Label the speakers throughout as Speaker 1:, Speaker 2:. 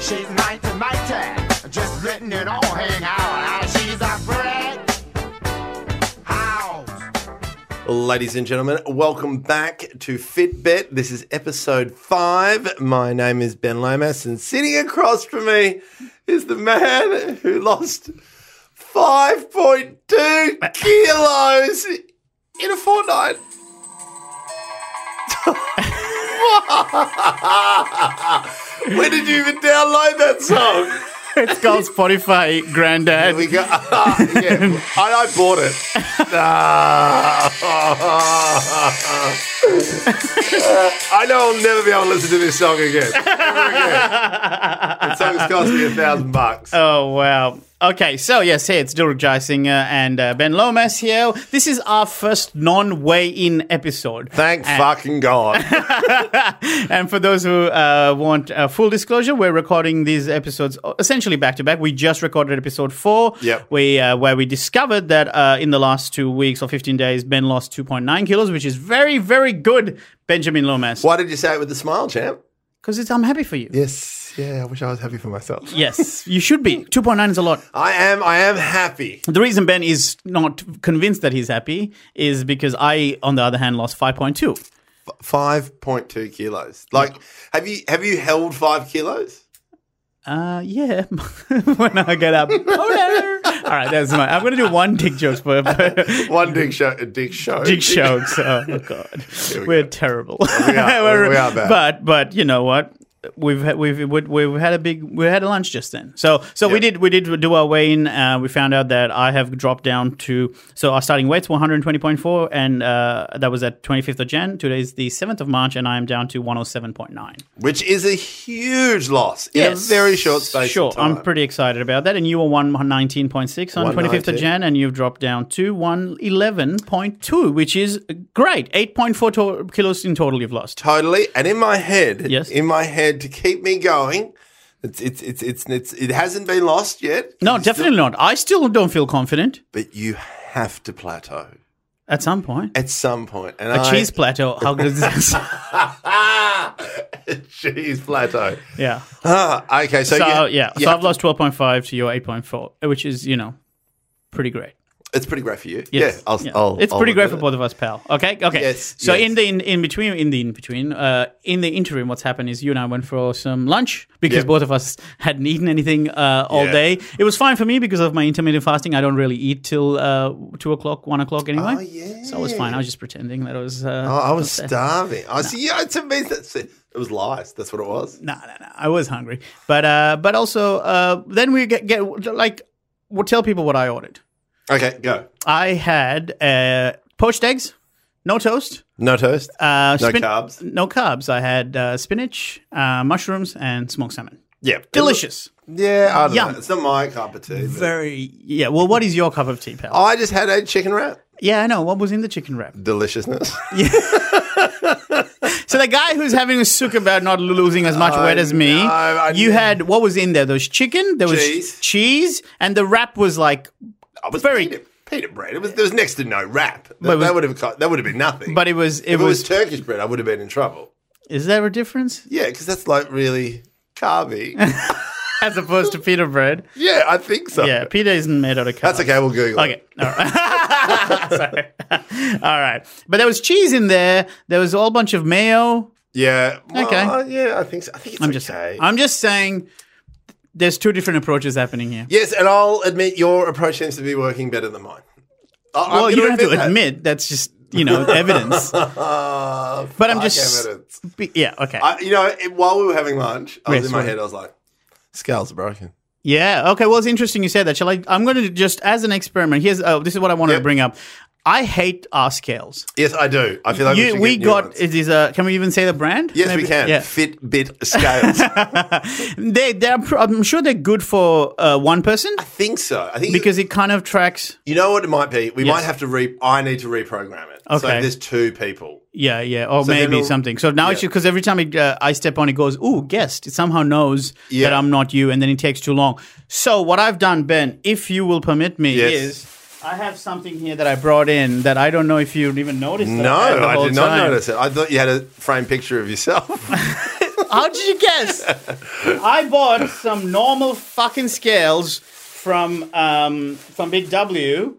Speaker 1: She's mighty, mighty, just written in all hang out. Ah, She's a friend. House.
Speaker 2: Ladies and gentlemen, welcome back to Fitbit. This is episode five. My name is Ben Lomas, and sitting across from me is the man who lost 5.2 kilos in a fortnight. when did you even download that song?
Speaker 3: It's called Spotify, Granddad.
Speaker 2: We go. yeah, I, I bought it. No. I know I'll never be able to listen to this song again. Never again. The song's cost me a thousand bucks.
Speaker 3: Oh wow. Okay, so yes, hey, it's Dilruk Jaisinger and uh, Ben Lomas here. This is our first non-weigh-in episode.
Speaker 2: Thank fucking God.
Speaker 3: And for those who uh, want uh, full disclosure, we're recording these episodes essentially back to back. We just recorded episode four,
Speaker 2: Yep.
Speaker 3: we, uh, where we discovered that uh, in the last two weeks or 15 days, Ben lost 2.9 kilos, which is very, very good, Benjamin Lomas.
Speaker 2: Why did you say it with a smile, champ?
Speaker 3: Because I'm happy for you.
Speaker 2: Yes. Yeah, I wish I was happy for myself.
Speaker 3: Yes, you should be. 2.9 is a lot.
Speaker 2: I am. I am happy.
Speaker 3: The reason Ben is not convinced that he's happy is because I, on the other hand, lost 5.2.
Speaker 2: Five point two kilos. Like, have you have you held five kilos?
Speaker 3: Uh, yeah. when I get up. All right, that's my. I'm gonna do one dick jokes per, per
Speaker 2: One dick show. Dick show.
Speaker 3: dick jokes. Oh my god,
Speaker 2: we
Speaker 3: we are
Speaker 2: go.
Speaker 3: terrible.
Speaker 2: are-
Speaker 3: We're-
Speaker 2: we are bad.
Speaker 3: But but you know what? We've had, we've we've we've had a big we had a lunch just then. So so we
Speaker 2: Yeah.
Speaker 3: did we did do our weigh in. Uh, we found out that I have dropped down to so our starting weights were 120.4 and uh, that was at 25th of Jan. Today is the 7th of March and I am down to 107.9.
Speaker 2: which is a huge loss in
Speaker 3: Yes.
Speaker 2: a very short space.
Speaker 3: Sure,
Speaker 2: of time.
Speaker 3: I'm pretty excited about that. And you were one nineteen point six on twenty fifth of
Speaker 2: 119.
Speaker 3: Jan, and you've dropped down to one eleven point two, which is great. Eight point four to- kilos in total you've lost.
Speaker 2: totally. And in my head,
Speaker 3: Yes.
Speaker 2: in my head, to keep me going, it's it's it's it's, it's it hasn't been lost yet.
Speaker 3: No,
Speaker 2: It's still-
Speaker 3: definitely not. I still don't feel confident
Speaker 2: but you have to plateau
Speaker 3: at some point.
Speaker 2: at some point. And
Speaker 3: A
Speaker 2: I-
Speaker 3: cheese plateau. How good is this?
Speaker 2: cheese plateau.
Speaker 3: yeah.
Speaker 2: Ah, okay, so,
Speaker 3: So yeah,
Speaker 2: yeah, you
Speaker 3: so
Speaker 2: have
Speaker 3: I've
Speaker 2: to-
Speaker 3: lost twelve point five to your eight point four, which is you know pretty great.
Speaker 2: it's pretty great for you.
Speaker 3: Yes.
Speaker 2: Yeah, I'll,
Speaker 3: Yeah.
Speaker 2: I'll,
Speaker 3: it's
Speaker 2: I'll
Speaker 3: pretty great for
Speaker 2: admit
Speaker 3: both of us, pal. Okay, okay.
Speaker 2: Yes,
Speaker 3: So
Speaker 2: yes.
Speaker 3: in the in, in between, in the in between, uh, in the interim, what's happened is you and I went for some lunch because
Speaker 2: Yep.
Speaker 3: both of us hadn't eaten anything uh, all
Speaker 2: Yeah.
Speaker 3: day. It was fine for me because of my intermittent fasting. I don't really eat till uh, two o'clock, one o'clock anyway.
Speaker 2: Oh, yeah.
Speaker 3: So I was fine. I was just pretending that I was. Uh,
Speaker 2: it. Oh, I was starving. I see. Yeah, it's amazing. That's it. It was lies. That's what it was.
Speaker 3: No, no, no. I was hungry, but uh, but also uh, then we get get like we'll tell people what I ordered.
Speaker 2: Okay, go.
Speaker 3: I had uh, poached eggs, no toast.
Speaker 2: No toast.
Speaker 3: Uh,
Speaker 2: No
Speaker 3: spin-
Speaker 2: carbs?
Speaker 3: No carbs. I had uh, spinach, uh, mushrooms, and smoked salmon.
Speaker 2: yeah,
Speaker 3: Delicious.
Speaker 2: Yeah, I don't
Speaker 3: Yum.
Speaker 2: know. It's not my cup of tea. but-
Speaker 3: Very yeah. Well, what is your cup of tea, pal?
Speaker 2: I just had a chicken wrap.
Speaker 3: Yeah, I know. What was in the chicken wrap?
Speaker 2: Deliciousness.
Speaker 3: So the guy who's having a sook about not losing as much weight as me,
Speaker 2: know, I
Speaker 3: you
Speaker 2: know.
Speaker 3: had what was in there? There was chicken, there was
Speaker 2: Cheese.
Speaker 3: cheese, and the wrap was like,
Speaker 2: I was
Speaker 3: Very-
Speaker 2: pita, pita bread. It was there was next to no wrap. That,
Speaker 3: it was-
Speaker 2: that would have co- that would have been nothing.
Speaker 3: but it was it,
Speaker 2: if it
Speaker 3: was,
Speaker 2: was Turkish bread, I would have been in trouble.
Speaker 3: Is there a difference
Speaker 2: Yeah, because that's like really carby.
Speaker 3: as opposed to pita bread?
Speaker 2: yeah, I think so.
Speaker 3: Yeah, pita isn't made out of.
Speaker 2: that's
Speaker 3: carbs.
Speaker 2: okay. We'll Google.
Speaker 3: Okay.
Speaker 2: It.
Speaker 3: All right. Sorry. all right. But there was cheese in there. There was a whole bunch of mayo.
Speaker 2: Yeah. well,
Speaker 3: Okay.
Speaker 2: Yeah, I think so. I think it's
Speaker 3: I'm
Speaker 2: okay.
Speaker 3: just I'm just saying there's two different approaches happening here.
Speaker 2: yes, and I'll admit your approach seems to be working better than mine. I- I'm
Speaker 3: well, you
Speaker 2: gonna
Speaker 3: don't have to
Speaker 2: that.
Speaker 3: admit that's just, you know, evidence.
Speaker 2: Ah,
Speaker 3: But I'm
Speaker 2: fuck
Speaker 3: just-
Speaker 2: evidence.
Speaker 3: Be- yeah, okay.
Speaker 2: I, you know, it- while we were having lunch, I was
Speaker 3: Yes,
Speaker 2: in my
Speaker 3: right.
Speaker 2: head. I was like, scales are broken.
Speaker 3: yeah, okay. Well, it's interesting you said that. Shall I I'm going to just as an experiment. Here's oh, this is what I wanted to
Speaker 2: Yep.
Speaker 3: bring up. I hate our scales.
Speaker 2: Yes, I do. I feel like we,
Speaker 3: You,
Speaker 2: should
Speaker 3: we
Speaker 2: get new
Speaker 3: got
Speaker 2: ones.
Speaker 3: it is a can we even say the brand?
Speaker 2: Yes, we
Speaker 3: Maybe-
Speaker 2: can.
Speaker 3: Yeah.
Speaker 2: Fitbit scales. I
Speaker 3: They they're pr- I'm sure they're good for uh, one person
Speaker 2: think so. I think
Speaker 3: because it kind of tracks
Speaker 2: you know what it might be. We
Speaker 3: Yes.
Speaker 2: might have to re. I need to reprogram it. So
Speaker 3: Okay.
Speaker 2: if there's two people.
Speaker 3: Yeah, yeah, or
Speaker 2: then
Speaker 3: maybe
Speaker 2: it'll-
Speaker 3: something. So now it's
Speaker 2: yeah.
Speaker 3: because every time it, uh, I step on, it goes, "Ooh, guest." It somehow knows
Speaker 2: Yeah.
Speaker 3: that I'm not you, and then it takes too long. So what I've done, Ben, if you will permit me,
Speaker 2: Yes.
Speaker 3: is I have something here that I brought in that I don't know if you even noticed. that
Speaker 2: No,
Speaker 3: had the
Speaker 2: I
Speaker 3: whole
Speaker 2: did not
Speaker 3: time.
Speaker 2: notice it. I thought you had a framed picture of yourself.
Speaker 3: How did you guess? I bought some normal fucking scales from um, from Big W.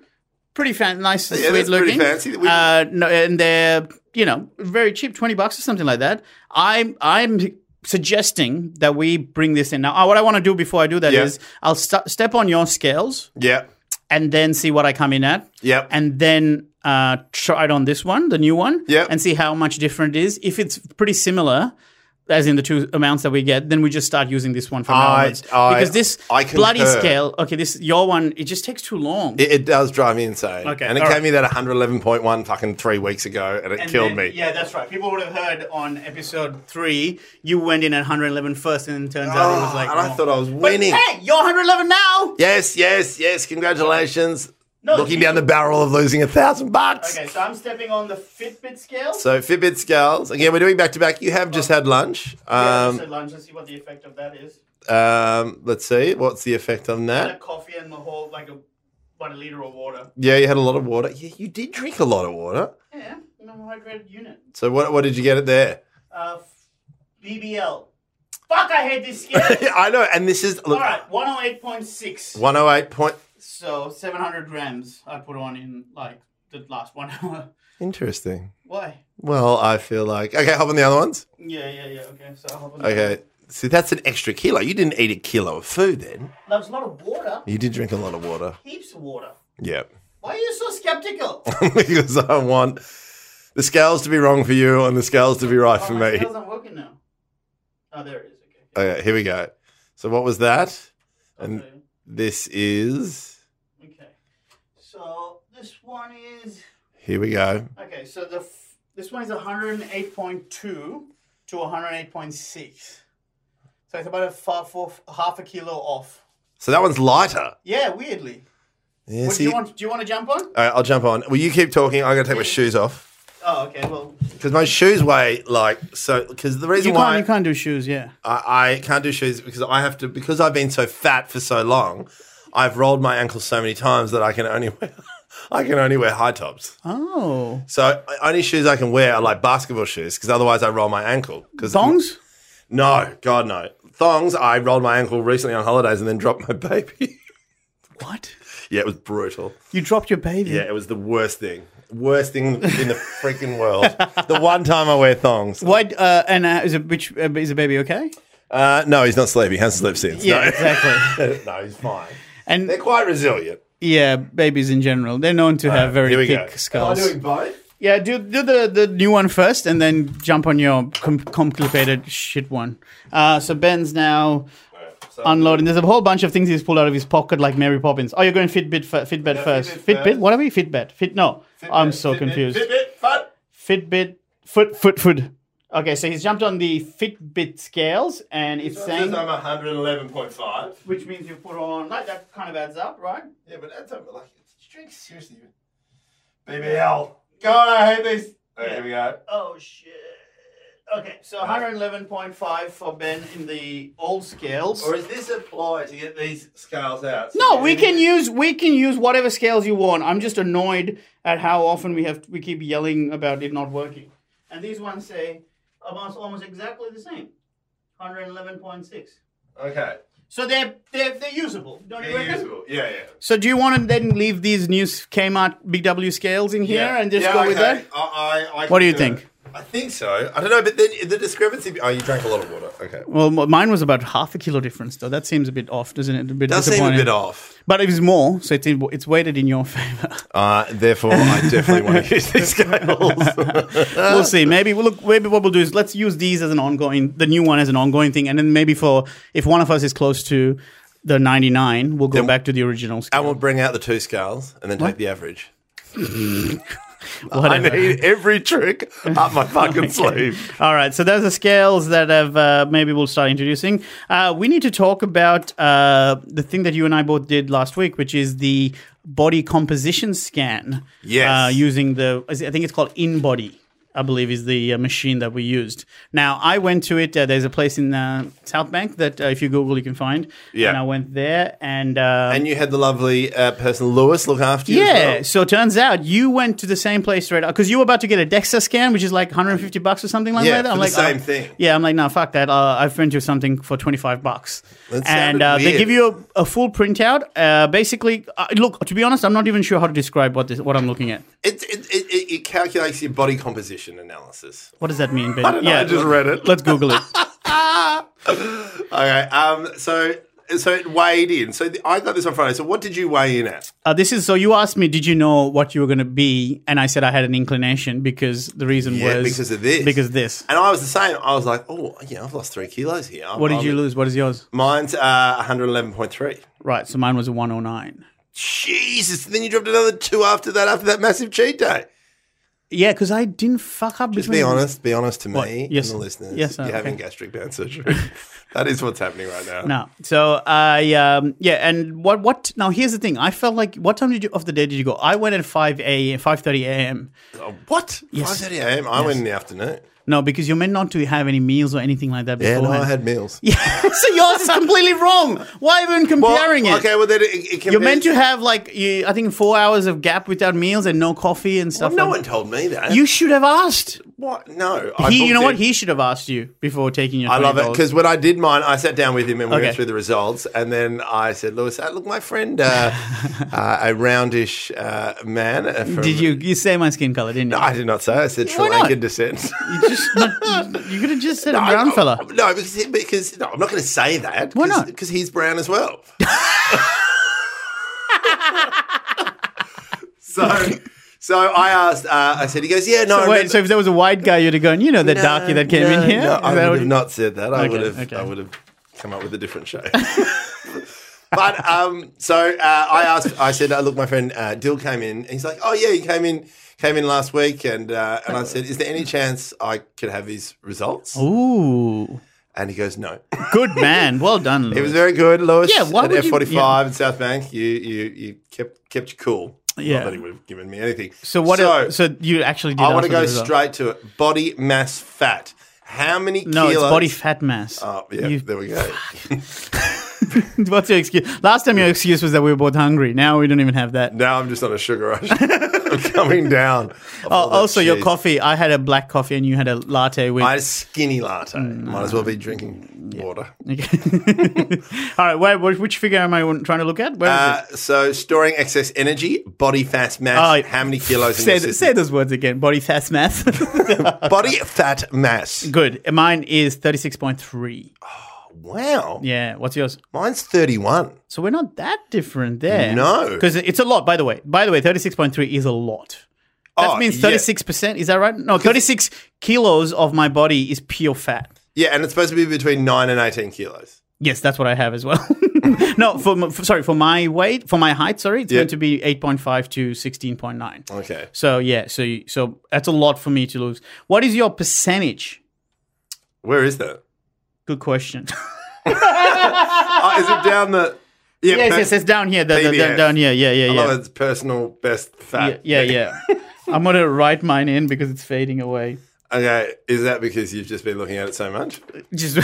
Speaker 3: Pretty fan, nice, and
Speaker 2: Yeah,
Speaker 3: sweet
Speaker 2: that's pretty
Speaker 3: looking.
Speaker 2: fancy. We-
Speaker 3: Uh, no, and they're you know very cheap, twenty bucks or something like that. I'm I'm suggesting that we bring this in now. uh, What I want to do before I do that
Speaker 2: Yeah.
Speaker 3: is I'll st- step on your scales
Speaker 2: Yeah.
Speaker 3: and then see what I come in at.
Speaker 2: Yep.
Speaker 3: And then uh, try it on this one, the new one.
Speaker 2: Yep.
Speaker 3: And see how much different it is. If it's pretty similar, as in the two amounts that we get, then we just start using this one from now
Speaker 2: I-
Speaker 3: onwards.
Speaker 2: I-
Speaker 3: because this
Speaker 2: I
Speaker 3: bloody
Speaker 2: concur.
Speaker 3: scale, okay, this your one, it just takes too long.
Speaker 2: It, it does drive me insane.
Speaker 3: Okay,
Speaker 2: And it
Speaker 3: all
Speaker 2: gave
Speaker 3: right.
Speaker 2: me that 111.1 fucking three weeks ago and it
Speaker 3: And
Speaker 2: killed
Speaker 3: then-
Speaker 2: me.
Speaker 3: Yeah, that's right. People would have heard on episode three, you went in at 111 first, and it turns out it was
Speaker 2: Oh,
Speaker 3: like.
Speaker 2: and I
Speaker 3: wrong.
Speaker 2: thought I was
Speaker 3: But
Speaker 2: winning.
Speaker 3: hey, you're 111 now!
Speaker 2: Yes, yes, yes. Congratulations.
Speaker 3: No,
Speaker 2: Looking
Speaker 3: you-
Speaker 2: down the barrel of losing a thousand bucks.
Speaker 3: Okay, so I'm stepping on the Fitbit scale.
Speaker 2: So Fitbit scales. Again, we're doing back to back. You have just had lunch.
Speaker 3: Yeah,
Speaker 2: Um,
Speaker 3: just at lunch, let's see what the effect of that is.
Speaker 2: um, let's see. What's the effect on
Speaker 3: had a
Speaker 2: that?
Speaker 3: coffee and a whole like a about a liter of water.
Speaker 2: Yeah, you had a lot of water. Yeah, you did drink a lot of water.
Speaker 3: Yeah, I'm a hydrated unit.
Speaker 2: So what, what did you get it there?
Speaker 3: Uh, f- BBL. Fuck, I hate this scale.
Speaker 2: Yeah, I know. And this is
Speaker 3: All
Speaker 2: look,
Speaker 3: right, 108.6.
Speaker 2: 108 point.
Speaker 3: So 700 grams I put on in like the last one hour.
Speaker 2: Interesting.
Speaker 3: Why?
Speaker 2: Well, I feel like okay. Hop on the other ones.
Speaker 3: Yeah, yeah, yeah. Okay, so I'll hop on that.
Speaker 2: Okay. See, that's an extra kilo. You didn't eat a kilo of food then.
Speaker 3: That was a lot of water.
Speaker 2: You did drink a lot of water.
Speaker 3: Heaps of water.
Speaker 2: Yep.
Speaker 3: Why are you so skeptical?
Speaker 2: because I want the scales to be wrong for you and the scales to be right
Speaker 3: Oh,
Speaker 2: for
Speaker 3: my
Speaker 2: me.
Speaker 3: scale's not working now. Oh, there it is. Okay.
Speaker 2: Okay, here we go. So what was that? Uh,
Speaker 3: I'll
Speaker 2: And-
Speaker 3: show you.
Speaker 2: This is
Speaker 3: okay. So this one is.
Speaker 2: here we go.
Speaker 3: Okay, so the f- this one is 108.2 to 108.6. So it's about a far, four, half a kilo off.
Speaker 2: So that one's lighter.
Speaker 3: Yeah, weirdly.
Speaker 2: Yeah,
Speaker 3: What do
Speaker 2: see-
Speaker 3: you want? Do you want to jump on?
Speaker 2: All right, I'll jump on. Well, you keep talking. I'm going to take my shoes off
Speaker 3: Oh, okay. Well,
Speaker 2: because my shoes weigh like so. Because the reason why
Speaker 3: can't do shoes. Yeah.
Speaker 2: I, I can't do shoes because I have to because I've been so fat for so long. I've rolled my ankles so many times that I can only wear I can only wear high tops.
Speaker 3: Oh,
Speaker 2: So only shoes I can wear are like basketball shoes because otherwise I roll my ankle. 'Cause-
Speaker 3: thongs.
Speaker 2: No, God no. Thongs. I rolled my ankle recently on holidays and then dropped my baby.
Speaker 3: What?
Speaker 2: yeah, it was brutal.
Speaker 3: You dropped your baby.
Speaker 2: Yeah, it was the worst thing. Worst thing in the freaking world. the one time I wear thongs.
Speaker 3: Why? Uh, and uh, is a which uh, is the baby okay?
Speaker 2: Uh, no, he's not sleepy. He hasn't slept since. No.
Speaker 3: Yeah, exactly.
Speaker 2: no, he's fine.
Speaker 3: And
Speaker 2: They're quite resilient.
Speaker 3: yeah, babies in general, they're known to have very
Speaker 2: Here we
Speaker 3: thick
Speaker 2: go.
Speaker 3: skulls.
Speaker 2: Am I doing both?
Speaker 3: Yeah, do do the, the new one first, and then jump on your com- complicated shit one. Uh, so Ben's now
Speaker 2: So-
Speaker 3: unloading. There's a whole bunch of things he's pulled out of his pocket, like Mary Poppins. Oh, you're going Fitbit fir- Fitbit
Speaker 2: Yeah,
Speaker 3: first.
Speaker 2: Fitbit
Speaker 3: Fitbit.
Speaker 2: first.
Speaker 3: What are we? Fitbit. Fit. No, I'm so
Speaker 2: Fitbit,
Speaker 3: confused.
Speaker 2: Fitbit, fun.
Speaker 3: Fitbit. Foot. Foot. Foot. Okay, so he's jumped on the Fitbit scales, and it's
Speaker 2: So it
Speaker 3: saying,
Speaker 2: says I'm 111.5.
Speaker 3: uh, which means you put on like that kind of adds up, right?
Speaker 2: Yeah, but that's a, like, drink seriously. BBL. God, I hate these. Okay, here we go.
Speaker 3: Oh shit. Okay, so 111.5 for Ben in the old scales.
Speaker 2: Or is this a ploy to get these scales out? So
Speaker 3: No,
Speaker 2: you-
Speaker 3: we can use we can use whatever scales you want. I'm just annoyed at how often we have we keep yelling about it not working. And these ones say almost almost exactly the same, 111.6.
Speaker 2: Okay.
Speaker 3: So they're they're they're usable. Don't you
Speaker 2: They're
Speaker 3: reckon?
Speaker 2: usable. Yeah, yeah.
Speaker 3: So do you want to then leave these new Kmart Big W scales in here and just
Speaker 2: Yeah,
Speaker 3: go with
Speaker 2: okay.
Speaker 3: that?
Speaker 2: I, I, I
Speaker 3: What do
Speaker 2: can
Speaker 3: you
Speaker 2: it.
Speaker 3: think?
Speaker 2: I think so. I don't know, but then the discrepancy. Oh, you drank a lot of water. Okay.
Speaker 3: Well, m- mine was about half a kilo difference, though. That seems a bit off, doesn't it? A bit
Speaker 2: That seemed a
Speaker 3: disappointing.
Speaker 2: bit off.
Speaker 3: But it was more, so it's, in, it's weighted in your favor.
Speaker 2: Uh, therefore, I definitely want to use these scales.
Speaker 3: we'll see. Maybe we'll look. Maybe what we'll do is let's use these as an ongoing, the new one as an ongoing thing, and then maybe for if one of us is close to the ninety nine, we'll go back to the original
Speaker 2: and
Speaker 3: scale.
Speaker 2: we'll bring out the two scales and then take the average. I
Speaker 3: Whatever.
Speaker 2: need every trick up my fucking sleeve.
Speaker 3: All right, so those are scales that have uh, maybe we'll start introducing. Uh, we need to talk about uh, the thing that you and I both did last week, which is the body composition scan.
Speaker 2: Yes.
Speaker 3: uh, using the is it- I think it's called InBody. I believe, is the uh, machine that we used. Now, I went to it. Uh, there's a place in uh, South Bank that uh, if you Google, you can find.
Speaker 2: Yeah.
Speaker 3: And I went there and. Uh,
Speaker 2: And you had the lovely uh, person Lewis look after you. as
Speaker 3: yeah,
Speaker 2: well.
Speaker 3: so it turns out you went to the same place right because you were about to get a DEXA scan, which is like 150 bucks or something like
Speaker 2: Yeah,
Speaker 3: that. I'm
Speaker 2: for the
Speaker 3: like,
Speaker 2: same
Speaker 3: oh.
Speaker 2: thing.
Speaker 3: Yeah, I'm like, no, fuck that. Uh, I've printed you something for 25 bucks,
Speaker 2: That
Speaker 3: and
Speaker 2: sounded
Speaker 3: uh, they
Speaker 2: weird.
Speaker 3: give you a, a full printout. Uh, basically, uh, look, to be honest, I'm not even sure how to describe what this what I'm looking at.
Speaker 2: It, it, it, it- it calculates your body composition analysis.
Speaker 3: What does that mean? Ben?
Speaker 2: don't know, I just
Speaker 3: l-
Speaker 2: read it.
Speaker 3: Let's Google it.
Speaker 2: Okay. Um. So so it weighed in. So the, I got this on Friday. So what did you weigh in at?
Speaker 3: Uh, this is so you asked me, did you know what you were going to be? And I said I had an inclination because the reason
Speaker 2: Yeah,
Speaker 3: was
Speaker 2: because of this.
Speaker 3: Because this.
Speaker 2: And I was the same. I was like, oh, yeah, I've lost three kilos here.
Speaker 3: What did
Speaker 2: I'm-
Speaker 3: you lose? What is yours?
Speaker 2: Mine's uh, 111.3.
Speaker 3: Right, so mine was a 109.
Speaker 2: Jesus. Then you dropped another two after that, after that massive cheat day.
Speaker 3: Yeah, because I didn't fuck up.
Speaker 2: Just be honest. Be honest to me
Speaker 3: Hmm. What? Yes.
Speaker 2: and the listeners.
Speaker 3: Yes, sir.
Speaker 2: You're having
Speaker 3: Okay.
Speaker 2: gastric band surgery. that is what's happening right now.
Speaker 3: No. So I um yeah, and what what now here's the thing. I felt like what time did you of the day did you go? I went at five a five thirty AM.
Speaker 2: Oh, what?
Speaker 3: Yes.
Speaker 2: 5.30 a.m. I went in the afternoon.
Speaker 3: No, because you're meant not to have any meals or anything like that
Speaker 2: Yeah,
Speaker 3: beforehand.
Speaker 2: no, I had meals.
Speaker 3: Yeah, so yours is completely wrong. Why even comparing it?
Speaker 2: Okay, well, then it, it
Speaker 3: You're meant to have like you, I think four hours of gap without meals and no coffee and stuff.
Speaker 2: Well, no
Speaker 3: like-
Speaker 2: one told me that.
Speaker 3: You should have asked.
Speaker 2: what? No. I
Speaker 3: he, you
Speaker 2: booked
Speaker 3: know what?
Speaker 2: it.
Speaker 3: He should have asked you before taking your.
Speaker 2: I love it
Speaker 3: $20.
Speaker 2: because when I did mine, I sat down with him and we
Speaker 3: Okay.
Speaker 2: went through the results. And then I said, Lewis, uh, look, my friend, uh, uh, a roundish uh, man. uh, From,
Speaker 3: did you you say my skin color? Didn't you?
Speaker 2: No, I did not say. I said Sri
Speaker 3: Why not?
Speaker 2: Lankan descent.
Speaker 3: You just not, you could have just said a brown
Speaker 2: no,
Speaker 3: fella.
Speaker 2: No, because, because no, I'm not going to say that.
Speaker 3: Why not?
Speaker 2: Because he's brown as well. so, so I asked. Uh, I said, he goes, yeah, no. I
Speaker 3: Wait,
Speaker 2: remember-
Speaker 3: so if there was a white guy, you'd have gone, you know, that
Speaker 2: No,
Speaker 3: darky that came
Speaker 2: no,
Speaker 3: in here?
Speaker 2: no,
Speaker 3: Is
Speaker 2: I
Speaker 3: that
Speaker 2: would
Speaker 3: what
Speaker 2: have
Speaker 3: you-
Speaker 2: not said that. I
Speaker 3: Okay,
Speaker 2: would have.
Speaker 3: okay.
Speaker 2: I would have come up with a different show. but um, so uh, I asked. I said, uh, "Look, my friend uh, Dill came in." And he's like, "Oh yeah, he came in." Came in last week, and uh, and I said, "Is there any chance I could have his results?"
Speaker 3: Oh. Ooh.
Speaker 2: And he goes, "No."
Speaker 3: Good man. Well done.
Speaker 2: It was very good, Lewis.
Speaker 3: Yeah, why
Speaker 2: at
Speaker 3: would
Speaker 2: F
Speaker 3: you-
Speaker 2: forty five in South Bank, you you you kept kept you cool.
Speaker 3: Yeah.
Speaker 2: Not that he would have given me anything.
Speaker 3: so what? So, so you actually did.
Speaker 2: I want
Speaker 3: ask
Speaker 2: to
Speaker 3: for
Speaker 2: go
Speaker 3: the result.
Speaker 2: straight to it. Body mass fat. How many
Speaker 3: No,
Speaker 2: kilos?
Speaker 3: it's body fat mass.
Speaker 2: Oh, yeah,
Speaker 3: You-
Speaker 2: there we go.
Speaker 3: what's your excuse? Last time your excuse was that we were both hungry. Now we don't even have that.
Speaker 2: now I'm just on a sugar rush. I'm coming down. off all
Speaker 3: Oh,
Speaker 2: that
Speaker 3: also, your
Speaker 2: cheese.
Speaker 3: coffee. I had a black coffee and you had a latte with.
Speaker 2: I had a skinny latte.
Speaker 3: Mm.
Speaker 2: Might as well be drinking water.
Speaker 3: All right, wait, which- which figure am I trying to look at? Where is it?
Speaker 2: Uh, so, storing excess energy, body fat mass.
Speaker 3: Oh,
Speaker 2: how many kilos? in
Speaker 3: Say,
Speaker 2: your
Speaker 3: th-
Speaker 2: system?
Speaker 3: say those words again. Body fat mass.
Speaker 2: Body fat mass.
Speaker 3: Good. Mine is thirty-six point three.
Speaker 2: Wow.
Speaker 3: Yeah. What's yours?
Speaker 2: Mine's 31.
Speaker 3: So we're not that different there.
Speaker 2: No.
Speaker 3: Because it's a lot, by the way. By the way, 36.3 is a lot. That
Speaker 2: Oh,
Speaker 3: means
Speaker 2: yeah.
Speaker 3: 36%. Is that right? No, 36 kilos of my body is pure fat.
Speaker 2: Yeah, and it's supposed to be between 9 and 18 kilos.
Speaker 3: Yes, that's what I have as well. no, for, m- for sorry, for my weight, for my height, sorry, it's
Speaker 2: Yeah.
Speaker 3: going to be 8.5 to 16.9.
Speaker 2: Okay.
Speaker 3: So yeah, so you- so that's a lot for me to lose. What is your percentage?
Speaker 2: Where is that?
Speaker 3: Good question.
Speaker 2: Oh, is it down the. Yeah,
Speaker 3: yes,
Speaker 2: per-
Speaker 3: yes, it's down here. the- the- the-
Speaker 2: PBS.
Speaker 3: down here. Yeah, yeah,
Speaker 2: I
Speaker 3: yeah.
Speaker 2: love it. It's personal best fat.
Speaker 3: Yeah, yeah, yeah. I'm gonna write mine in because it's fading away.
Speaker 2: Okay, is that because you've just been looking at it so much?
Speaker 3: Just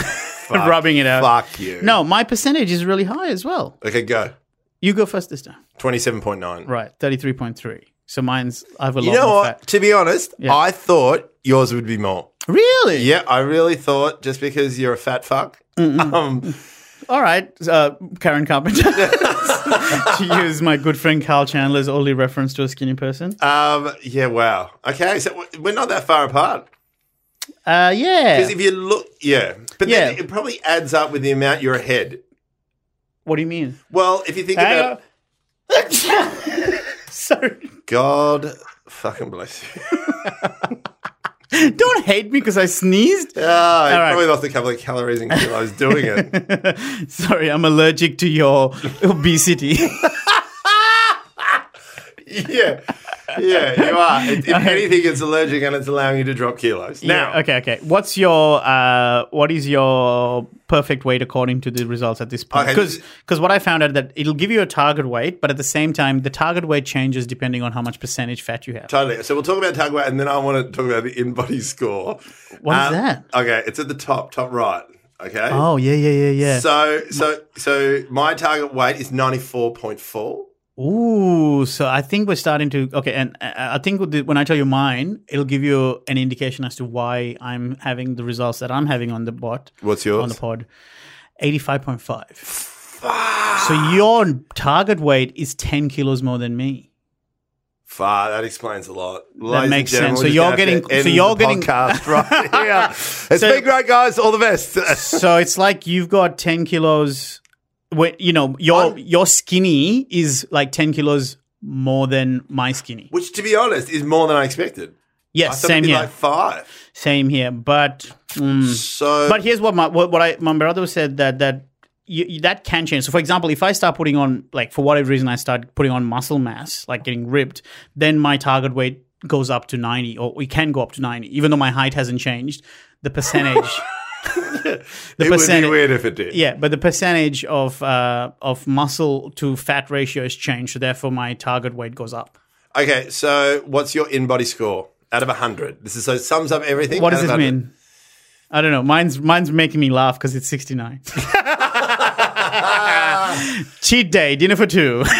Speaker 3: rubbing it out.
Speaker 2: Fuck you.
Speaker 3: No, my percentage is really high as well.
Speaker 2: Okay, go.
Speaker 3: You go first this time.
Speaker 2: 27.9.
Speaker 3: Right, thirty-three point three. So mine's I have a
Speaker 2: You
Speaker 3: lot
Speaker 2: know
Speaker 3: more
Speaker 2: what?
Speaker 3: fat.
Speaker 2: To be honest,
Speaker 3: Yeah.
Speaker 2: I thought yours would be more.
Speaker 3: Really?
Speaker 2: Yeah, I really thought just because you're a fat fuck. Um,
Speaker 3: All right, uh, Karen Carpenter. to use my good friend Carl Chandler's only reference to a skinny person.
Speaker 2: um, yeah, wow. Okay, so w- we're not that far apart.
Speaker 3: Uh, yeah.
Speaker 2: Because if you look, yeah. But then
Speaker 3: Yeah.
Speaker 2: it probably adds up with the amount you're ahead.
Speaker 3: what do you mean?
Speaker 2: Well, if you think about
Speaker 3: Hang on. Sorry.
Speaker 2: God fucking bless you.
Speaker 3: Don't hate me because I sneezed.
Speaker 2: Oh, I
Speaker 3: right.
Speaker 2: probably lost a couple of calories and kilos doing it.
Speaker 3: Sorry, I'm allergic to your obesity.
Speaker 2: yeah. yeah, you are. If if anything, it's allergic and it's allowing you to drop kilos. Now,
Speaker 3: Yeah, okay, okay. What's your uh, what is your perfect weight according to the results at this point?
Speaker 2: Okay,
Speaker 3: Because
Speaker 2: this-
Speaker 3: what I found out that it'll give you a target weight, but at the same time, the target weight changes depending on how much percentage fat you have.
Speaker 2: Totally. So we'll talk about target weight, and then I want to talk about the in-body score. Uh,
Speaker 3: What is that?
Speaker 2: Okay, it's at the top, top right. Okay.
Speaker 3: oh yeah, yeah, yeah, yeah.
Speaker 2: So so so my target weight is ninety four point four.
Speaker 3: Ooh, so I think we're starting to okay, and uh, I think with the- when I tell you mine, it'll give you an indication as to why I'm having the results that I'm having on the bot
Speaker 2: What's
Speaker 3: on the
Speaker 2: yours?
Speaker 3: pod, eighty five point five. So your target weight is ten kilos more than me.
Speaker 2: Far that explains a lot. That
Speaker 3: makes sense. So you're getting- so you're getting-
Speaker 2: podcast right here. It's
Speaker 3: So-
Speaker 2: been great, guys. All the best.
Speaker 3: So it's like you've got ten kilos. When you know your your skinny is like ten kilos more than my skinny.
Speaker 2: Which, to be honest, is more than I expected. I
Speaker 3: Yes,
Speaker 2: thought it'd
Speaker 3: same
Speaker 2: be
Speaker 3: here,
Speaker 2: like five.
Speaker 3: same here. But mm,
Speaker 2: So
Speaker 3: but here's what my what, what I my brother said that that you, you- that can change. So for example, if I start putting on like for whatever reason I start putting on muscle mass, like getting ripped, then my target weight goes up to ninety, or we can go up to ninety, even though my height hasn't changed. The percentage, the
Speaker 2: it would be
Speaker 3: percentage,
Speaker 2: weird if it did.
Speaker 3: yeah, but the percentage of uh, of muscle to fat ratio has changed, so therefore my target weight goes up.
Speaker 2: Okay, so what's your in-body score out of hundred? This is so it sums up everything.
Speaker 3: What
Speaker 2: out
Speaker 3: does
Speaker 2: of
Speaker 3: this
Speaker 2: 100.
Speaker 3: mean? I don't know. Mine's mine's making me laugh because it's sixty nine. Cheat day, dinner for two.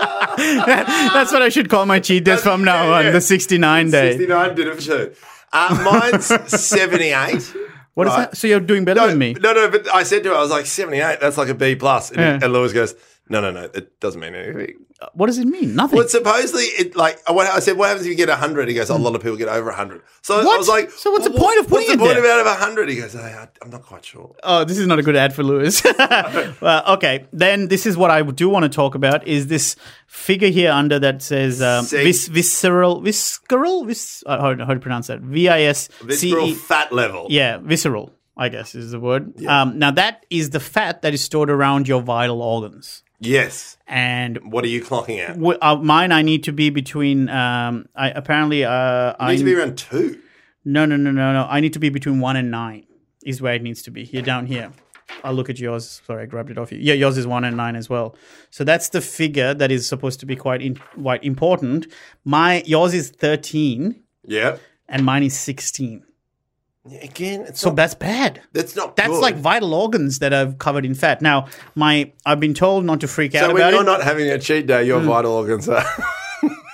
Speaker 3: That's what I should call my cheat days from now
Speaker 2: yeah,
Speaker 3: on.
Speaker 2: yeah.
Speaker 3: The sixty nine day.
Speaker 2: Sixty-nine did it for two. Uh, mine's seventy-eight.
Speaker 3: What is
Speaker 2: right.
Speaker 3: that? So you're doing better than me.
Speaker 2: No, no, but I said to her, I was like, 78, that's like a B plus. And,
Speaker 3: Yeah.
Speaker 2: and Lewis goes, no, no, no, it doesn't mean anything.
Speaker 3: What does it mean? Nothing.
Speaker 2: But supposedly, it like, I went- I said, what happens if you get 100? He goes, a lot of people get over 100. So I
Speaker 3: What?
Speaker 2: was like,
Speaker 3: So what's the
Speaker 2: "Well,
Speaker 3: point of
Speaker 2: what's
Speaker 3: putting
Speaker 2: the
Speaker 3: it
Speaker 2: point
Speaker 3: there?"
Speaker 2: of out of 100? He goes, I, I'm not quite sure.
Speaker 3: Oh, this is not a good ad for Lewis. well, okay, then this is what I do want to talk about is this figure here under that says um,
Speaker 2: See-
Speaker 3: vis- visceral, visceral, vis- uh, how, how do you pronounce that? V I S C
Speaker 2: Visceral
Speaker 3: E.
Speaker 2: fat level.
Speaker 3: Yeah, visceral, I guess is the word. Um, now, that is the fat that is stored around your vital organs.
Speaker 2: Yes.
Speaker 3: And
Speaker 2: What are you clocking at? You
Speaker 3: w- uh, mine, I need to be between, um, I apparently, uh, I
Speaker 2: need to be around two.
Speaker 3: no, no, no, no, no. I need to be between one and nine is where it needs to be. Here, down here. I'll look at yours. Sorry, I grabbed it off you. Yeah, yours is one and nine as well. So that's the figure that is supposed to be quite in, quite important. My yours is thirteen
Speaker 2: Yeah.
Speaker 3: and mine is sixteen.
Speaker 2: Again, it's
Speaker 3: So
Speaker 2: not,
Speaker 3: that's bad.
Speaker 2: that's not
Speaker 3: That's
Speaker 2: good.
Speaker 3: like vital organs that are covered in fat. Now, my I've been told not to freak out
Speaker 2: so when
Speaker 3: about
Speaker 2: you're
Speaker 3: it. Hmm.
Speaker 2: not having a cheat day, your vital organs are.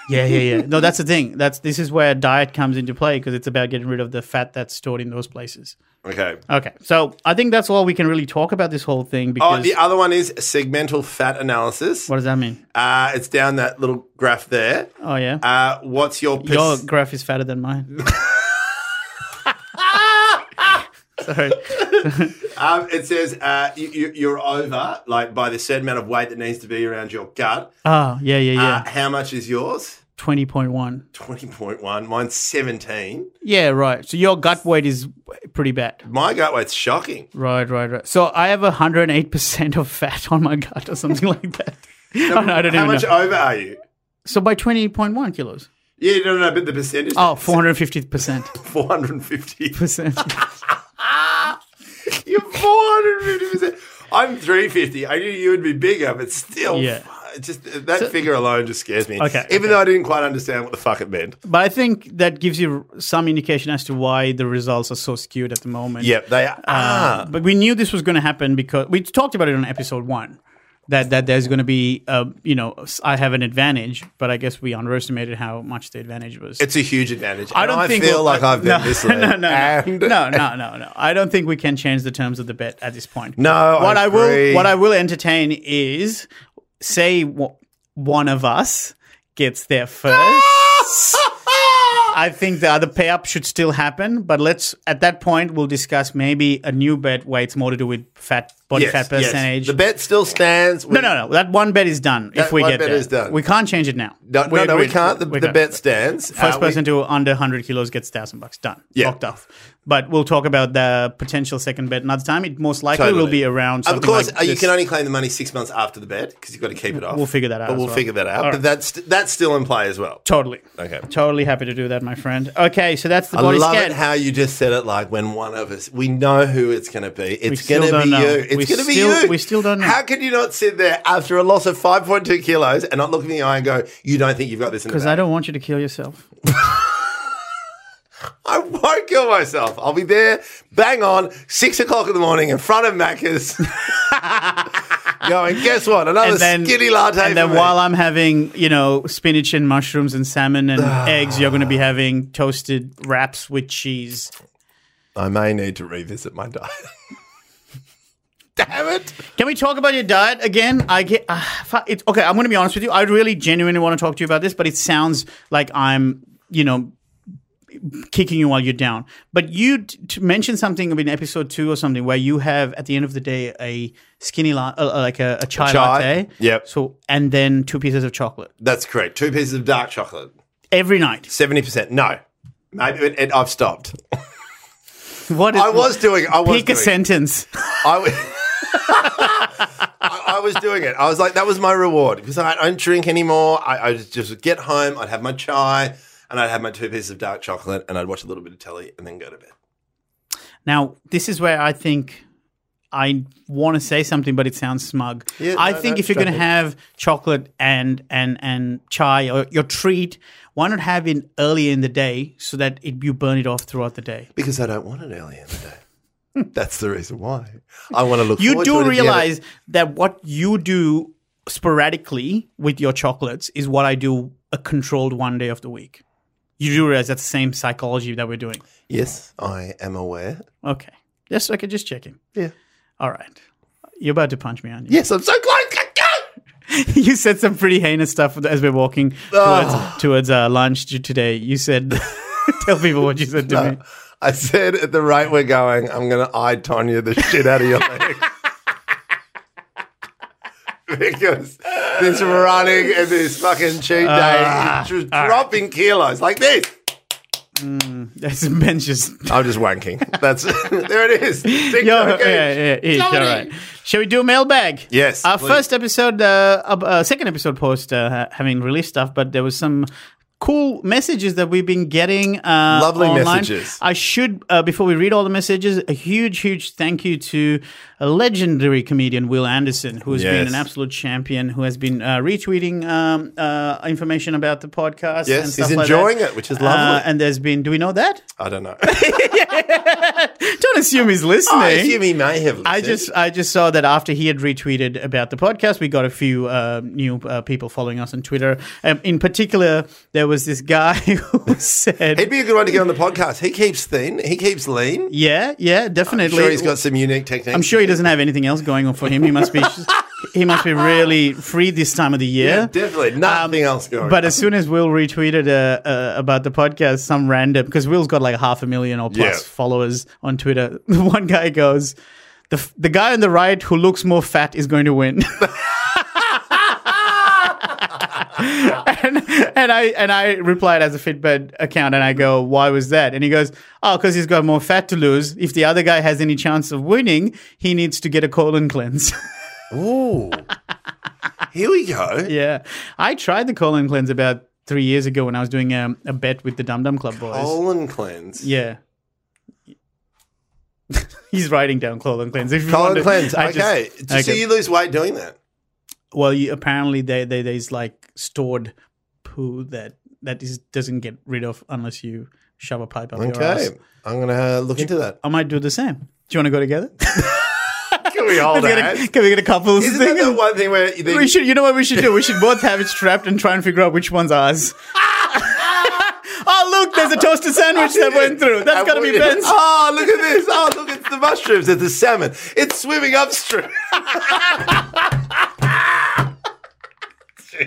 Speaker 3: yeah, yeah, yeah. No, that's the thing. That's this is where diet comes into play because it's about getting rid of the fat that's stored in those places.
Speaker 2: okay.
Speaker 3: Okay, so I think that's all we can really talk about this whole thing
Speaker 2: Oh,
Speaker 3: because
Speaker 2: the other one is segmental fat analysis.
Speaker 3: what does that mean?
Speaker 2: Uh, it's down that little graph there.
Speaker 3: Oh yeah,
Speaker 2: Uh, what's your per-
Speaker 3: your graph is fatter than mine. Sorry.
Speaker 2: um, it says uh, you, you, you're over like by the certain amount of weight that needs to be around your gut.
Speaker 3: Oh yeah, yeah, yeah.
Speaker 2: Uh, how much is yours?
Speaker 3: Twenty point one.
Speaker 2: Twenty point one. Mine's seventeen.
Speaker 3: Yeah, right. So your gut weight is pretty bad.
Speaker 2: My gut weight's shocking.
Speaker 3: Right, right, right. So I have hundred and eight percent of fat on my gut or something like that. I don't, I don't
Speaker 2: how
Speaker 3: even
Speaker 2: much
Speaker 3: know.
Speaker 2: over are you?
Speaker 3: So by twenty point one kilos.
Speaker 2: Yeah, no, no, but the percentage.
Speaker 3: Oh, 450 percent.
Speaker 2: four hundred and fifty.
Speaker 3: Percent.
Speaker 2: You're four hundred and fifty percent. I'm three fifty. I knew you would be bigger, but still,
Speaker 3: Yeah.
Speaker 2: it just uh, that figure alone just scares me.
Speaker 3: Okay,
Speaker 2: even
Speaker 3: okay.
Speaker 2: though I didn't quite understand what the fuck it meant.
Speaker 3: But I think that gives you some indication as to why the results are so skewed at the moment.
Speaker 2: Yep, they are.
Speaker 3: Uh, but we knew this was going to happen because we talked about it on episode one. That, that there's going to be, uh, you know, s- I have an advantage, but I guess we underestimated how much the advantage was.
Speaker 2: It's a huge advantage.
Speaker 3: I don't
Speaker 2: and
Speaker 3: think
Speaker 2: I feel
Speaker 3: we'll- uh,
Speaker 2: like I've been
Speaker 3: no,
Speaker 2: misled.
Speaker 3: No, no, no,
Speaker 2: And-
Speaker 3: no, no, no, no. I don't think we can change the terms of the bet at this point.
Speaker 2: No,
Speaker 3: what
Speaker 2: I
Speaker 3: I, will,
Speaker 2: agree.
Speaker 3: what I will entertain is say w- one of us gets there first. I think the other pay up should still happen, but let's at that point we'll discuss maybe a new bet where it's more to do with fat body
Speaker 2: Yes,
Speaker 3: fat
Speaker 2: yes.
Speaker 3: percentage.
Speaker 2: The bet still stands.
Speaker 3: no, no, no. That one bet is done. if
Speaker 2: That
Speaker 3: we
Speaker 2: one
Speaker 3: get
Speaker 2: bet
Speaker 3: there.
Speaker 2: is done.
Speaker 3: we can't change it now.
Speaker 2: No, no, no, we
Speaker 3: agreed.
Speaker 2: can't. The,
Speaker 3: We
Speaker 2: the
Speaker 3: can't.
Speaker 2: bet stands.
Speaker 3: First
Speaker 2: Uh, we-
Speaker 3: person to under 100 kilos gets 1,000 bucks. Done.
Speaker 2: Yeah.
Speaker 3: Locked off. But we'll talk about the potential second bet another time. It most likely will
Speaker 2: Totally.
Speaker 3: be around.
Speaker 2: Of
Speaker 3: Something
Speaker 2: course,
Speaker 3: like
Speaker 2: uh, you
Speaker 3: this.
Speaker 2: can only claim the money six months after the bet because you've got to keep it off.
Speaker 3: We'll figure that out
Speaker 2: But
Speaker 3: as
Speaker 2: we'll
Speaker 3: well.
Speaker 2: figure that out.
Speaker 3: All
Speaker 2: But
Speaker 3: right.
Speaker 2: that's that's still in play as well.
Speaker 3: totally.
Speaker 2: Okay.
Speaker 3: Totally happy to do that, my friend. Okay, so that's the
Speaker 2: I
Speaker 3: body
Speaker 2: love
Speaker 3: scan.
Speaker 2: it how you just said it. Like when one of us, we know who it's going to be. It's
Speaker 3: still
Speaker 2: going to
Speaker 3: don't
Speaker 2: be
Speaker 3: know.
Speaker 2: you. It's
Speaker 3: We
Speaker 2: going to be
Speaker 3: still-
Speaker 2: you.
Speaker 3: we still don't know.
Speaker 2: How could you not sit there after a loss of five point two kilos and not look me in the eye and go, "You don't think you've got this in the
Speaker 3: Because
Speaker 2: bag."
Speaker 3: I don't want you to kill yourself.
Speaker 2: I won't kill myself. I'll be there, bang on, six o'clock in the morning in front of Macca's. going, guess what? Another skinny latte.
Speaker 3: And then
Speaker 2: for me."
Speaker 3: while I'm having, you know, spinach and mushrooms and salmon and eggs, you're going to be having toasted wraps with cheese.
Speaker 2: I may need to revisit my diet. Damn it.
Speaker 3: Can we talk about your diet again? I get uh, it, okay. I'm going to be honest with you. I really genuinely want to talk to you about this, but it sounds like I'm, you know, kicking you while you're down. But you t- t- mentioned something in episode two or something where you have at the end of the day a skinny la- uh, uh, like a, a chai,
Speaker 2: chai,
Speaker 3: latte.
Speaker 2: yep.
Speaker 3: So and then two pieces of chocolate
Speaker 2: That's correct. Two pieces of dark chocolate.
Speaker 3: every night.
Speaker 2: 70%. No. Maybe it, it- I've stopped.
Speaker 3: What is,
Speaker 2: I was doing I was
Speaker 3: pick a
Speaker 2: doing it.
Speaker 3: sentence.
Speaker 2: I w- I- I was doing it. I was like, that was my reward because I don't drink anymore. I, I just- just get home, I'd have my chai, and I'd have my two pieces of dark chocolate, and I'd watch a little bit of telly and then go to bed.
Speaker 3: Now, this is where I think I want to say something, but it sounds smug.
Speaker 2: Yeah,
Speaker 3: I
Speaker 2: no,
Speaker 3: think
Speaker 2: no,
Speaker 3: if you're going to
Speaker 2: chocolate.
Speaker 3: have chocolate and and and chai or your treat, why not have it earlier in the day so that it, you burn it off throughout the day?
Speaker 2: Because I don't want it early in the day. That's the reason why. I want to look
Speaker 3: You
Speaker 2: forward to it
Speaker 3: do
Speaker 2: at the end of-
Speaker 3: realize that what you do sporadically with your chocolates is what I do a controlled one day of the week. You do realize that's the same psychology that we're doing.
Speaker 2: Yes, I am aware.
Speaker 3: Okay. Yes, okay, just checking.
Speaker 2: Yeah.
Speaker 3: All right. You're about to punch me on you.
Speaker 2: Yes, I'm so close.
Speaker 3: you said some pretty heinous stuff as we're walking towards towards uh, lunch t- today. You said, "Tell people what you said to me."
Speaker 2: I said at the rate we're going, I'm going to eye Tonya the shit out of your leg. because this running and this fucking cheat day
Speaker 3: Ah,
Speaker 2: is just dropping kilos like this.
Speaker 3: That's Ben's just.
Speaker 2: I'm just wanking. That's there it is. Tick,
Speaker 3: Yo,
Speaker 2: tock,
Speaker 3: yeah,
Speaker 2: it.
Speaker 3: yeah, yeah, all right. Shall we do mailbag?
Speaker 2: Yes,
Speaker 3: Our
Speaker 2: please.
Speaker 3: first episode, uh, ab- uh, second episode post uh, ha- having released stuff, but there was some cool messages that we've been getting. Uh,
Speaker 2: Lovely
Speaker 3: online.
Speaker 2: messages.
Speaker 3: I should, uh, before we read all the messages, a huge, huge thank you to a legendary comedian, Will Anderson, who has been
Speaker 2: Yes.
Speaker 3: an absolute champion, who has been uh, retweeting um, uh, information about the podcast.
Speaker 2: Yes,
Speaker 3: and
Speaker 2: he's
Speaker 3: stuff like
Speaker 2: enjoying
Speaker 3: that.
Speaker 2: it, which is lovely.
Speaker 3: Uh, and there's been, do we know that?
Speaker 2: I don't know.
Speaker 3: Don't assume he's listening.
Speaker 2: I assume he may have.
Speaker 3: I
Speaker 2: listened.
Speaker 3: just I just saw that after he had retweeted about the podcast, we got a few uh, new uh, people following us on Twitter. Um, in particular, there was this guy who
Speaker 2: He'd
Speaker 3: said,
Speaker 2: be a good one to get on the podcast. He keeps thin. He keeps lean.
Speaker 3: "Yeah, yeah,
Speaker 2: I'm
Speaker 3: definitely."
Speaker 2: sure he's got some unique techniques.
Speaker 3: I'm sure he doesn't have anything else going on for him. He must be he must be really free this time of the year.
Speaker 2: Yeah, definitely nothing else going.
Speaker 3: Um, But
Speaker 2: on.
Speaker 3: as soon as Will retweeted uh, uh, about the podcast, some random because Will's got like half a million or
Speaker 2: Yeah.
Speaker 3: plus followers on Twitter. One guy goes, "the f- the guy on the right who looks more fat is going to win." and, and I and I replied as a Fitbit account, and I go, "Why was that?" And he goes, "Oh, because he's got more fat to lose. If the other guy has any chance of winning, he needs to get a colon cleanse."
Speaker 2: Ooh. Here we go.
Speaker 3: Yeah, I tried the colon cleanse about three years ago when I was doing um, a bet with the Dum Dum Club boys.
Speaker 2: Colon cleanse.
Speaker 3: Yeah. He's writing down colon cleanse. If you
Speaker 2: Colon
Speaker 3: wanted-
Speaker 2: cleanse.
Speaker 3: I just-
Speaker 2: okay. So
Speaker 3: okay.
Speaker 2: you lose weight doing that.
Speaker 3: well, you, apparently they, they there's like stored poo that that is doesn't get rid of unless you shove a pipe up your
Speaker 2: Okay.
Speaker 3: ass.
Speaker 2: I'm going to look into that.
Speaker 3: I might do the same. Do you want to go together?
Speaker 2: Can we hold
Speaker 3: Let's get a- can we get a couple?
Speaker 2: Isn't that the one thing where you think,
Speaker 3: We should. You know what we should do? We should both have it strapped and try and figure out which one's ours. oh look, there's a toasted sandwich that went through. That's
Speaker 2: And
Speaker 3: gotta
Speaker 2: we-
Speaker 3: be Ben's.
Speaker 2: Oh, look at this. Oh, look, it's the mushrooms. It's the salmon. It's swimming upstream.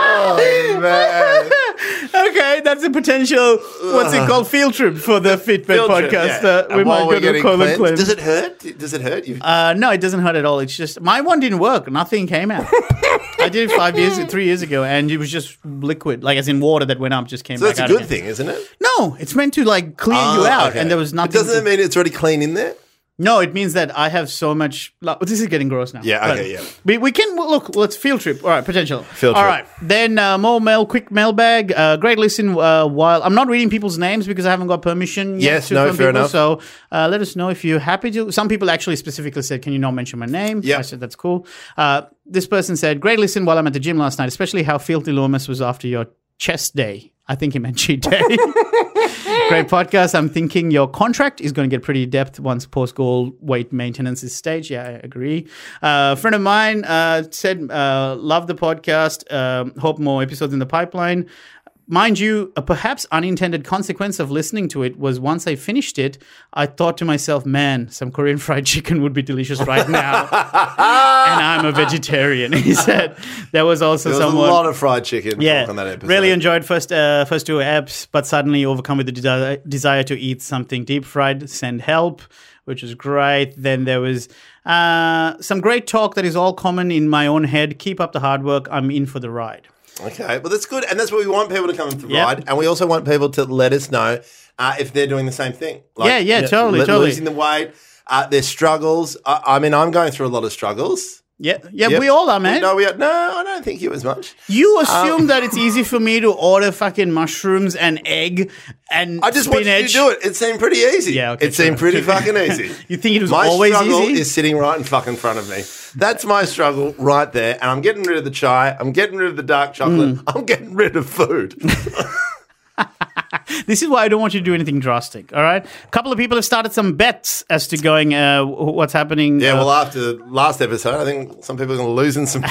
Speaker 2: oh, man.
Speaker 3: okay, that's a potential what's it called field trip for the Fitbit
Speaker 2: Field trip,
Speaker 3: podcast.
Speaker 2: yeah.
Speaker 3: Uh,
Speaker 2: And
Speaker 3: we
Speaker 2: while
Speaker 3: might
Speaker 2: we're
Speaker 3: go to
Speaker 2: getting
Speaker 3: Colin
Speaker 2: cleansed-
Speaker 3: Clem.
Speaker 2: Does it hurt? Does it hurt you?
Speaker 3: Uh, no, it doesn't hurt at all. It's just my one didn't work. Nothing came out. I did it five years, three years ago, and it was just liquid, like as in water that went up, just came
Speaker 2: so
Speaker 3: back
Speaker 2: that's a
Speaker 3: out
Speaker 2: good
Speaker 3: again.
Speaker 2: thing, isn't it?
Speaker 3: No, it's meant to like clear you
Speaker 2: Ah,
Speaker 3: out,
Speaker 2: okay.
Speaker 3: and there was
Speaker 2: But
Speaker 3: nothing.
Speaker 2: doesn't
Speaker 3: to-
Speaker 2: it mean it's already clean in there?
Speaker 3: No, it means that I have so much. Like, this is getting gross now.
Speaker 2: Yeah,
Speaker 3: But
Speaker 2: okay, yeah.
Speaker 3: We, we can well, look. Let's field trip. All right, potential.
Speaker 2: Field
Speaker 3: All
Speaker 2: trip.
Speaker 3: right, then uh, more mail. Quick mailbag. Uh, great listen. Uh, while I'm not reading people's names because I haven't got permission. Yet
Speaker 2: Yes,
Speaker 3: to
Speaker 2: no,
Speaker 3: from
Speaker 2: fair
Speaker 3: people,
Speaker 2: enough.
Speaker 3: So uh, let us know if you're happy to. Some people actually specifically said, "Can you not mention my name?"
Speaker 2: Yeah.
Speaker 3: I said that's cool. Uh, this person said, "Great listen while I'm at the gym last night, especially how filthy Lomas was after your chest day." I think he meant cheat day. Great podcast. I'm thinking your contract is going to get pretty depth once post goal weight maintenance is staged. Yeah, I agree. Uh, a friend of mine uh, said, uh, Love the podcast. Um, hope more episodes in the pipeline. Mind you, a perhaps unintended consequence of listening to it was once I finished it, I thought to myself, man, some Korean fried chicken would be delicious right now. and I'm a vegetarian, he said. There was also
Speaker 2: There was
Speaker 3: someone
Speaker 2: a lot of fried chicken
Speaker 3: yeah,
Speaker 2: talk on that episode.
Speaker 3: Really enjoyed first uh, first two apps, but suddenly overcome with the desi- desire to eat something deep fried. Send help, which is great. Then there was uh, some great talk that is all common in my own head. Keep up the hard work. I'm in for the ride.
Speaker 2: Okay, well that's good, and that's what we want people to come and
Speaker 3: Yep.
Speaker 2: ride, and we also want people to let us know uh, if they're doing the same thing. Like,
Speaker 3: Yeah, yeah, totally, totally.
Speaker 2: Losing the weight, uh, their struggles. I, I mean, I'm going through a lot of struggles.
Speaker 3: Yeah, yeah,
Speaker 2: Yep.
Speaker 3: we all are, man.
Speaker 2: No, Uh, we are, no, I don't think you as much.
Speaker 3: you assume that it's easy for me to order fucking mushrooms and egg and
Speaker 2: I just
Speaker 3: spinach.
Speaker 2: watched you do it. It seemed pretty easy.
Speaker 3: Yeah, okay,
Speaker 2: it seemed
Speaker 3: sure.
Speaker 2: pretty fucking easy.
Speaker 3: You think it was
Speaker 2: my
Speaker 3: always
Speaker 2: struggle
Speaker 3: easy?
Speaker 2: is sitting right in fucking front of me. That's my struggle right there, and I'm getting rid of the chai. I'm getting rid of the dark chocolate.
Speaker 3: Mm.
Speaker 2: I'm getting rid of food.
Speaker 3: This is why I don't want you to do anything drastic. All right, a couple of people have started some bets as to going uh, wh- what's happening.
Speaker 2: yeah,
Speaker 3: uh,
Speaker 2: well, after last episode, I think some people are going to lose in some.